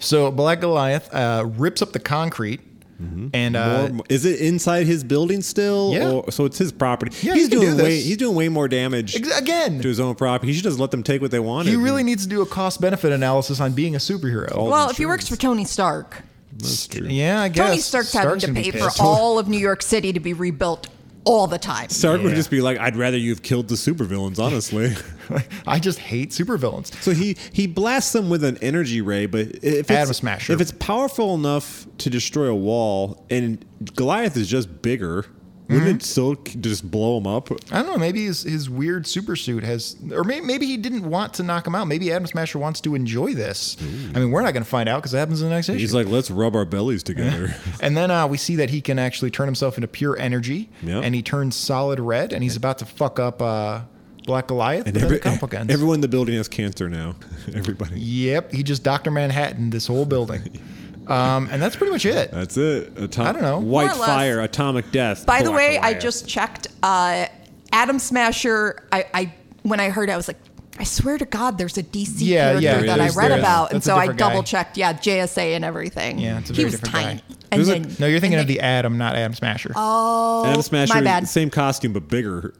Speaker 3: So Black Goliath uh, rips up the concrete,
Speaker 4: Mm-hmm.
Speaker 3: and uh,
Speaker 4: Or- is it inside his building still?
Speaker 3: Yeah.
Speaker 4: Or, so it's his property.
Speaker 3: Yeah,
Speaker 4: he's
Speaker 3: he can
Speaker 4: doing
Speaker 3: do
Speaker 4: way
Speaker 3: this.
Speaker 4: he's doing way more damage
Speaker 3: Ex- again.
Speaker 4: to his own property. He should just let them take what they wanted.
Speaker 3: he really needs to do a cost benefit analysis on being a superhero.
Speaker 5: Well, if he works for Tony Stark,
Speaker 4: That's true.
Speaker 3: yeah, I guess
Speaker 5: Tony Stark's, having
Speaker 3: gonna
Speaker 5: to
Speaker 3: be
Speaker 5: pay for
Speaker 3: pissed.
Speaker 5: all of New York City to be rebuilt all the time.
Speaker 4: Stark would
Speaker 3: Yeah.
Speaker 4: just be like, I'd rather you've killed the supervillains, honestly.
Speaker 3: I just hate supervillains.
Speaker 4: So he he blasts them with an energy ray, but if
Speaker 3: Atom
Speaker 4: it's,
Speaker 3: smasher.
Speaker 4: if it's powerful enough to destroy a wall, and Goliath is just bigger, wouldn't it still k- just blow him up?
Speaker 3: I don't know. Maybe his, his weird super suit has, or maybe, maybe he didn't want to knock him out. Maybe Adam Smasher wants to enjoy this. I mean, we're not going to find out because it happens in the next issue.
Speaker 4: He's like, let's rub our bellies together.
Speaker 3: And then uh, we see that he can actually turn himself into pure energy,
Speaker 4: Yeah.
Speaker 3: and he turns solid red, and he's about to fuck up uh, Black Goliath.
Speaker 4: and
Speaker 3: but then
Speaker 4: every,
Speaker 3: the comic book ends.
Speaker 4: everyone in the building has cancer now. Everybody.
Speaker 3: yep, he just Doctor Manhattan this whole building, um, and that's pretty much it.
Speaker 4: That's it. Atom-
Speaker 3: I don't know.
Speaker 5: More
Speaker 4: White
Speaker 5: or less.
Speaker 4: fire, atomic death.
Speaker 5: By the
Speaker 4: Black
Speaker 5: way, I
Speaker 4: Goliath.
Speaker 5: just checked. Uh, Adam Smasher. I, I when I heard, it, I was like, I swear to God, there's a DC
Speaker 3: Yeah,
Speaker 5: character
Speaker 3: yeah,
Speaker 5: that I
Speaker 4: there's-
Speaker 5: read
Speaker 4: there's-
Speaker 5: about, and
Speaker 3: that's a
Speaker 5: so I
Speaker 3: different guy.
Speaker 5: double checked. Yeah, JSA and everything.
Speaker 3: Yeah, it's a
Speaker 5: he
Speaker 3: very
Speaker 5: was
Speaker 3: different
Speaker 5: tiny.
Speaker 3: guy.
Speaker 5: And
Speaker 4: There's a-
Speaker 5: then,
Speaker 3: No, you're thinking of the Adam, not Adam Smasher. Oh,
Speaker 4: Adam Smasher,
Speaker 5: bad.
Speaker 4: same costume but bigger.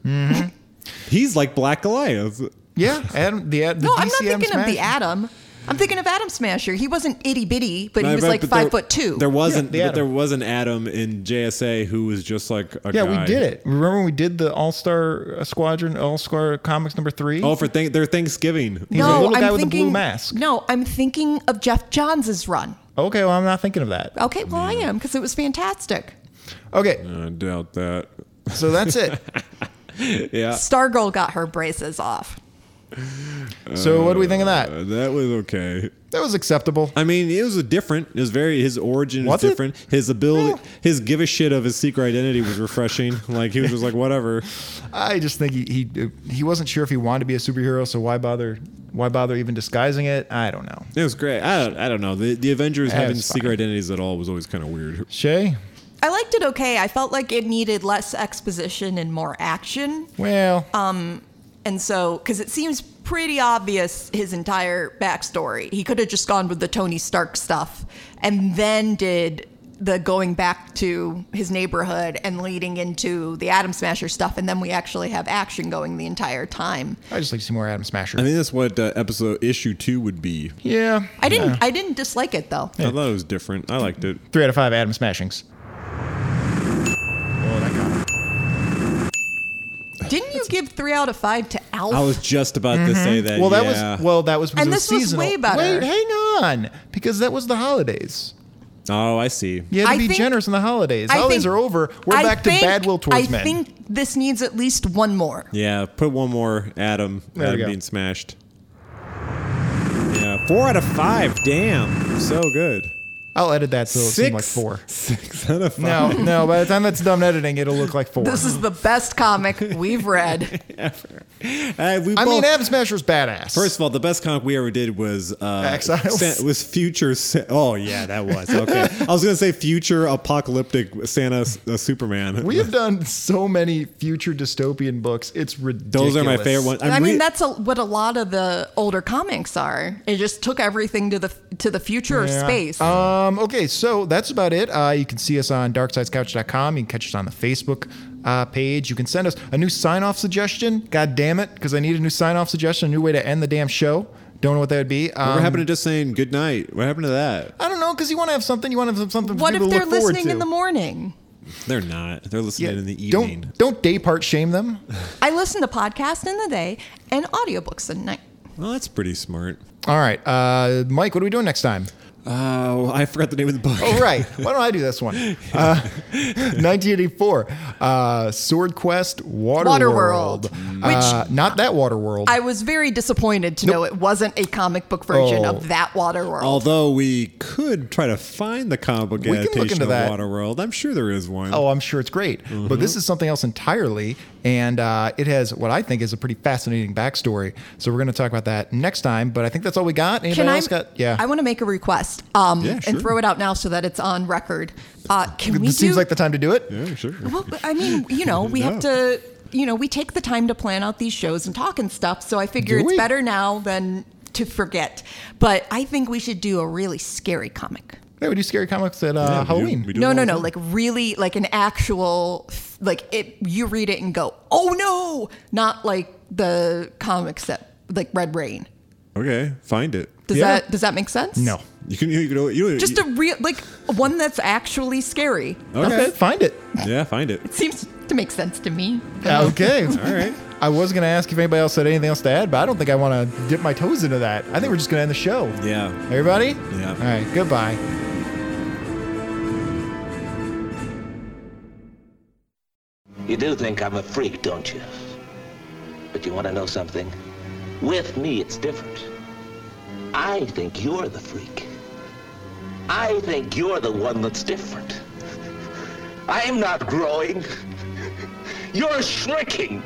Speaker 4: He's like Black Goliath.
Speaker 3: yeah, Adam. The, Ad- the
Speaker 5: no,
Speaker 3: DC
Speaker 5: I'm not
Speaker 3: Adam
Speaker 5: thinking of the
Speaker 3: Smasher.
Speaker 5: Adam. I'm thinking of Adam Smasher. He wasn't itty bitty, but he
Speaker 4: Right,
Speaker 5: was
Speaker 4: right,
Speaker 5: like
Speaker 4: but
Speaker 5: five
Speaker 4: there-
Speaker 5: foot two.
Speaker 4: There wasn't,
Speaker 3: the
Speaker 4: but
Speaker 3: Adam.
Speaker 4: there was an Adam in JSA who was just like a
Speaker 3: Yeah,
Speaker 4: guy.
Speaker 3: we did it. Remember when we did the All Star Squadron, All Star Comics number three?
Speaker 4: Oh, for thank their Thanksgiving.
Speaker 3: He's a
Speaker 5: no,
Speaker 3: little
Speaker 5: I'm
Speaker 3: guy with a blue
Speaker 5: thinking,
Speaker 3: mask.
Speaker 5: No, I'm thinking of Jeff Johns' run.
Speaker 3: Okay, well, I'm not thinking of that.
Speaker 5: Okay, well, I am because it was fantastic.
Speaker 3: Okay,
Speaker 4: I doubt that.
Speaker 3: so that's it.
Speaker 4: Yeah,
Speaker 5: Stargirl got her braces off.
Speaker 3: So what do we think of that?
Speaker 4: uh, that was okay.
Speaker 3: That was acceptable.
Speaker 4: I mean, it was a different. It was very. His origin was
Speaker 3: Was it?
Speaker 4: different. His ability,
Speaker 3: No.
Speaker 4: his give a shit of his secret identity was refreshing. like he was just like whatever.
Speaker 3: I just think he, he he wasn't sure if he wanted to be a superhero, so why bother why bother even disguising it? I don't know.
Speaker 4: It was great. I don't. I don't know. The, the Avengers
Speaker 3: Yeah, it
Speaker 4: having
Speaker 3: was
Speaker 4: secret
Speaker 3: fine.
Speaker 4: identities at all was always kind of weird.
Speaker 3: Shay,
Speaker 5: I liked it okay. I felt like it needed less exposition and more action.
Speaker 3: well,
Speaker 5: Uh, And so, because it seems pretty obvious his entire backstory, he could have just gone with the Tony Stark stuff and then did the going back to his neighborhood and leading into the Atom Smasher stuff. And then we actually have action going the entire time.
Speaker 3: I just like to see more Adam Smasher.
Speaker 4: I think that's what uh, episode issue two would be.
Speaker 3: yeah,
Speaker 5: I didn't, I didn't dislike it though.
Speaker 4: I thought it was different. I liked it.
Speaker 3: three out of five Adam Smashings.
Speaker 5: Didn't you give three out of five to Alf?
Speaker 4: I was just about to say
Speaker 5: Mm-hmm.
Speaker 4: that.
Speaker 3: Well, that
Speaker 4: yeah.
Speaker 3: was well, that was because
Speaker 5: And
Speaker 3: it
Speaker 5: this was
Speaker 3: seasonal.
Speaker 5: way better.
Speaker 3: Wait, hang on, because that was the holidays.
Speaker 4: Oh, I see.
Speaker 3: You had to
Speaker 5: I
Speaker 3: be
Speaker 5: think-
Speaker 3: generous on the holidays.
Speaker 5: I
Speaker 3: holidays
Speaker 5: think-
Speaker 3: are over. We're
Speaker 5: I
Speaker 3: back to
Speaker 5: think-
Speaker 3: bad will towards
Speaker 5: I
Speaker 3: men.
Speaker 5: think this needs at least one more.
Speaker 4: Yeah, put one more Adam.
Speaker 3: There we
Speaker 4: Adam
Speaker 3: go.
Speaker 4: being smashed. Yeah, four out of five. Damn, so good.
Speaker 3: I'll edit that so it'll
Speaker 4: Six
Speaker 3: seem like four.
Speaker 4: Six out of five.
Speaker 3: No, no. By the time that's done editing, it'll look like four.
Speaker 5: This is the best comic we've read.
Speaker 4: Uh, we
Speaker 3: I
Speaker 4: both-
Speaker 3: mean, Adam Smasher's badass.
Speaker 4: First of all, the best comic we ever did was uh,
Speaker 3: Exiles?
Speaker 4: Sa- was Future. Sa- oh yeah, that was okay. I was gonna say Future Apocalyptic Santa uh, Superman.
Speaker 3: we have done so many future dystopian books. It's ridiculous.
Speaker 4: Those are my favorite ones.
Speaker 5: i
Speaker 4: I'm
Speaker 5: mean,
Speaker 4: re-
Speaker 5: that's a, what a lot of the older comics are. It just took everything to the to the future
Speaker 3: Yeah.
Speaker 5: of space.
Speaker 3: Um, okay, so that's about it. Uh, you can see us on darksidescouch.com. You can catch us on the Facebook uh, page. You can send us a new sign off suggestion. God damn it, because I need a new sign off suggestion, a new way to end the damn show. Don't know what that would be. Um,
Speaker 4: what happened to just saying good night? What happened to that?
Speaker 3: I don't know, because you want to have something. You want to have something. for
Speaker 5: what
Speaker 3: people
Speaker 5: if
Speaker 3: to
Speaker 5: they're
Speaker 3: look forward
Speaker 5: listening
Speaker 3: to.
Speaker 5: in the morning?
Speaker 4: They're not. They're listening
Speaker 3: Yeah,
Speaker 4: in the evening.
Speaker 3: don't don't day part shame them.
Speaker 5: I listen to podcasts in the day and audiobooks at night.
Speaker 4: Well, that's pretty smart.
Speaker 3: All right, uh, Mike, what are we doing next time?
Speaker 4: Oh, I forgot the name of the book.
Speaker 3: Oh, right. Why don't I do this one? Uh, 1984, uh, Sword Quest, Water
Speaker 5: Waterworld,
Speaker 3: Uh, not that Water World.
Speaker 5: I was very disappointed to know it wasn't a comic book version
Speaker 3: Oh.
Speaker 5: of that Water World.
Speaker 4: Although we could try to find the comic book
Speaker 3: can look
Speaker 4: adaptation
Speaker 3: into
Speaker 4: of
Speaker 3: that.
Speaker 4: Waterworld. I'm sure there is one.
Speaker 3: Oh, I'm sure it's great.
Speaker 5: Mm-hmm.
Speaker 3: But this is something else entirely. And uh, it has what I think is a pretty fascinating backstory. So we're going to talk about that next time. But I think that's all we got. Anybody
Speaker 5: Can I?
Speaker 3: else got? Yeah.
Speaker 5: I want to make a request um,
Speaker 4: Yeah, sure.
Speaker 5: and throw it out now so that it's on record. Uh, can we
Speaker 3: this seems
Speaker 5: do?
Speaker 3: like the time to do it.
Speaker 4: yeah, sure.
Speaker 5: well, I mean, you know, we have to. You know, we take the time to plan out these shows and talk and stuff. So I figure
Speaker 3: Do
Speaker 5: it's
Speaker 3: we?
Speaker 5: better now than to forget. But I think we should do a really scary comic.
Speaker 3: Yeah, we do scary comics at uh,
Speaker 4: Yeah, we do-
Speaker 3: Halloween.
Speaker 4: we do
Speaker 5: No,
Speaker 4: it
Speaker 5: no,
Speaker 4: all
Speaker 5: no.
Speaker 4: the
Speaker 5: Like really, like an actual, like it. You read it and go, "Oh no!" Not like the comics that, like Red Rain.
Speaker 4: time. Okay, find it.
Speaker 5: Does
Speaker 3: Yeah.
Speaker 5: that does that make sense?
Speaker 3: No.
Speaker 4: You can. You can. You,
Speaker 5: Just a real, like one that's actually scary.
Speaker 3: Okay,
Speaker 4: Okay.
Speaker 3: find it.
Speaker 4: yeah, find it.
Speaker 5: Seems to make sense to me.
Speaker 3: Okay.
Speaker 4: All right.
Speaker 3: I was going to ask if anybody else had anything else to add, but I don't think I want to dip my toes into that. I think we're just going to end the show.
Speaker 4: Yeah.
Speaker 3: Everybody?
Speaker 4: Yeah.
Speaker 3: All right. Goodbye.
Speaker 7: You do think I'm a freak, don't you? But you want to know something? With me, it's different. I think you're the freak. I think you're the one that's different. I'm not growing. You're shrinking.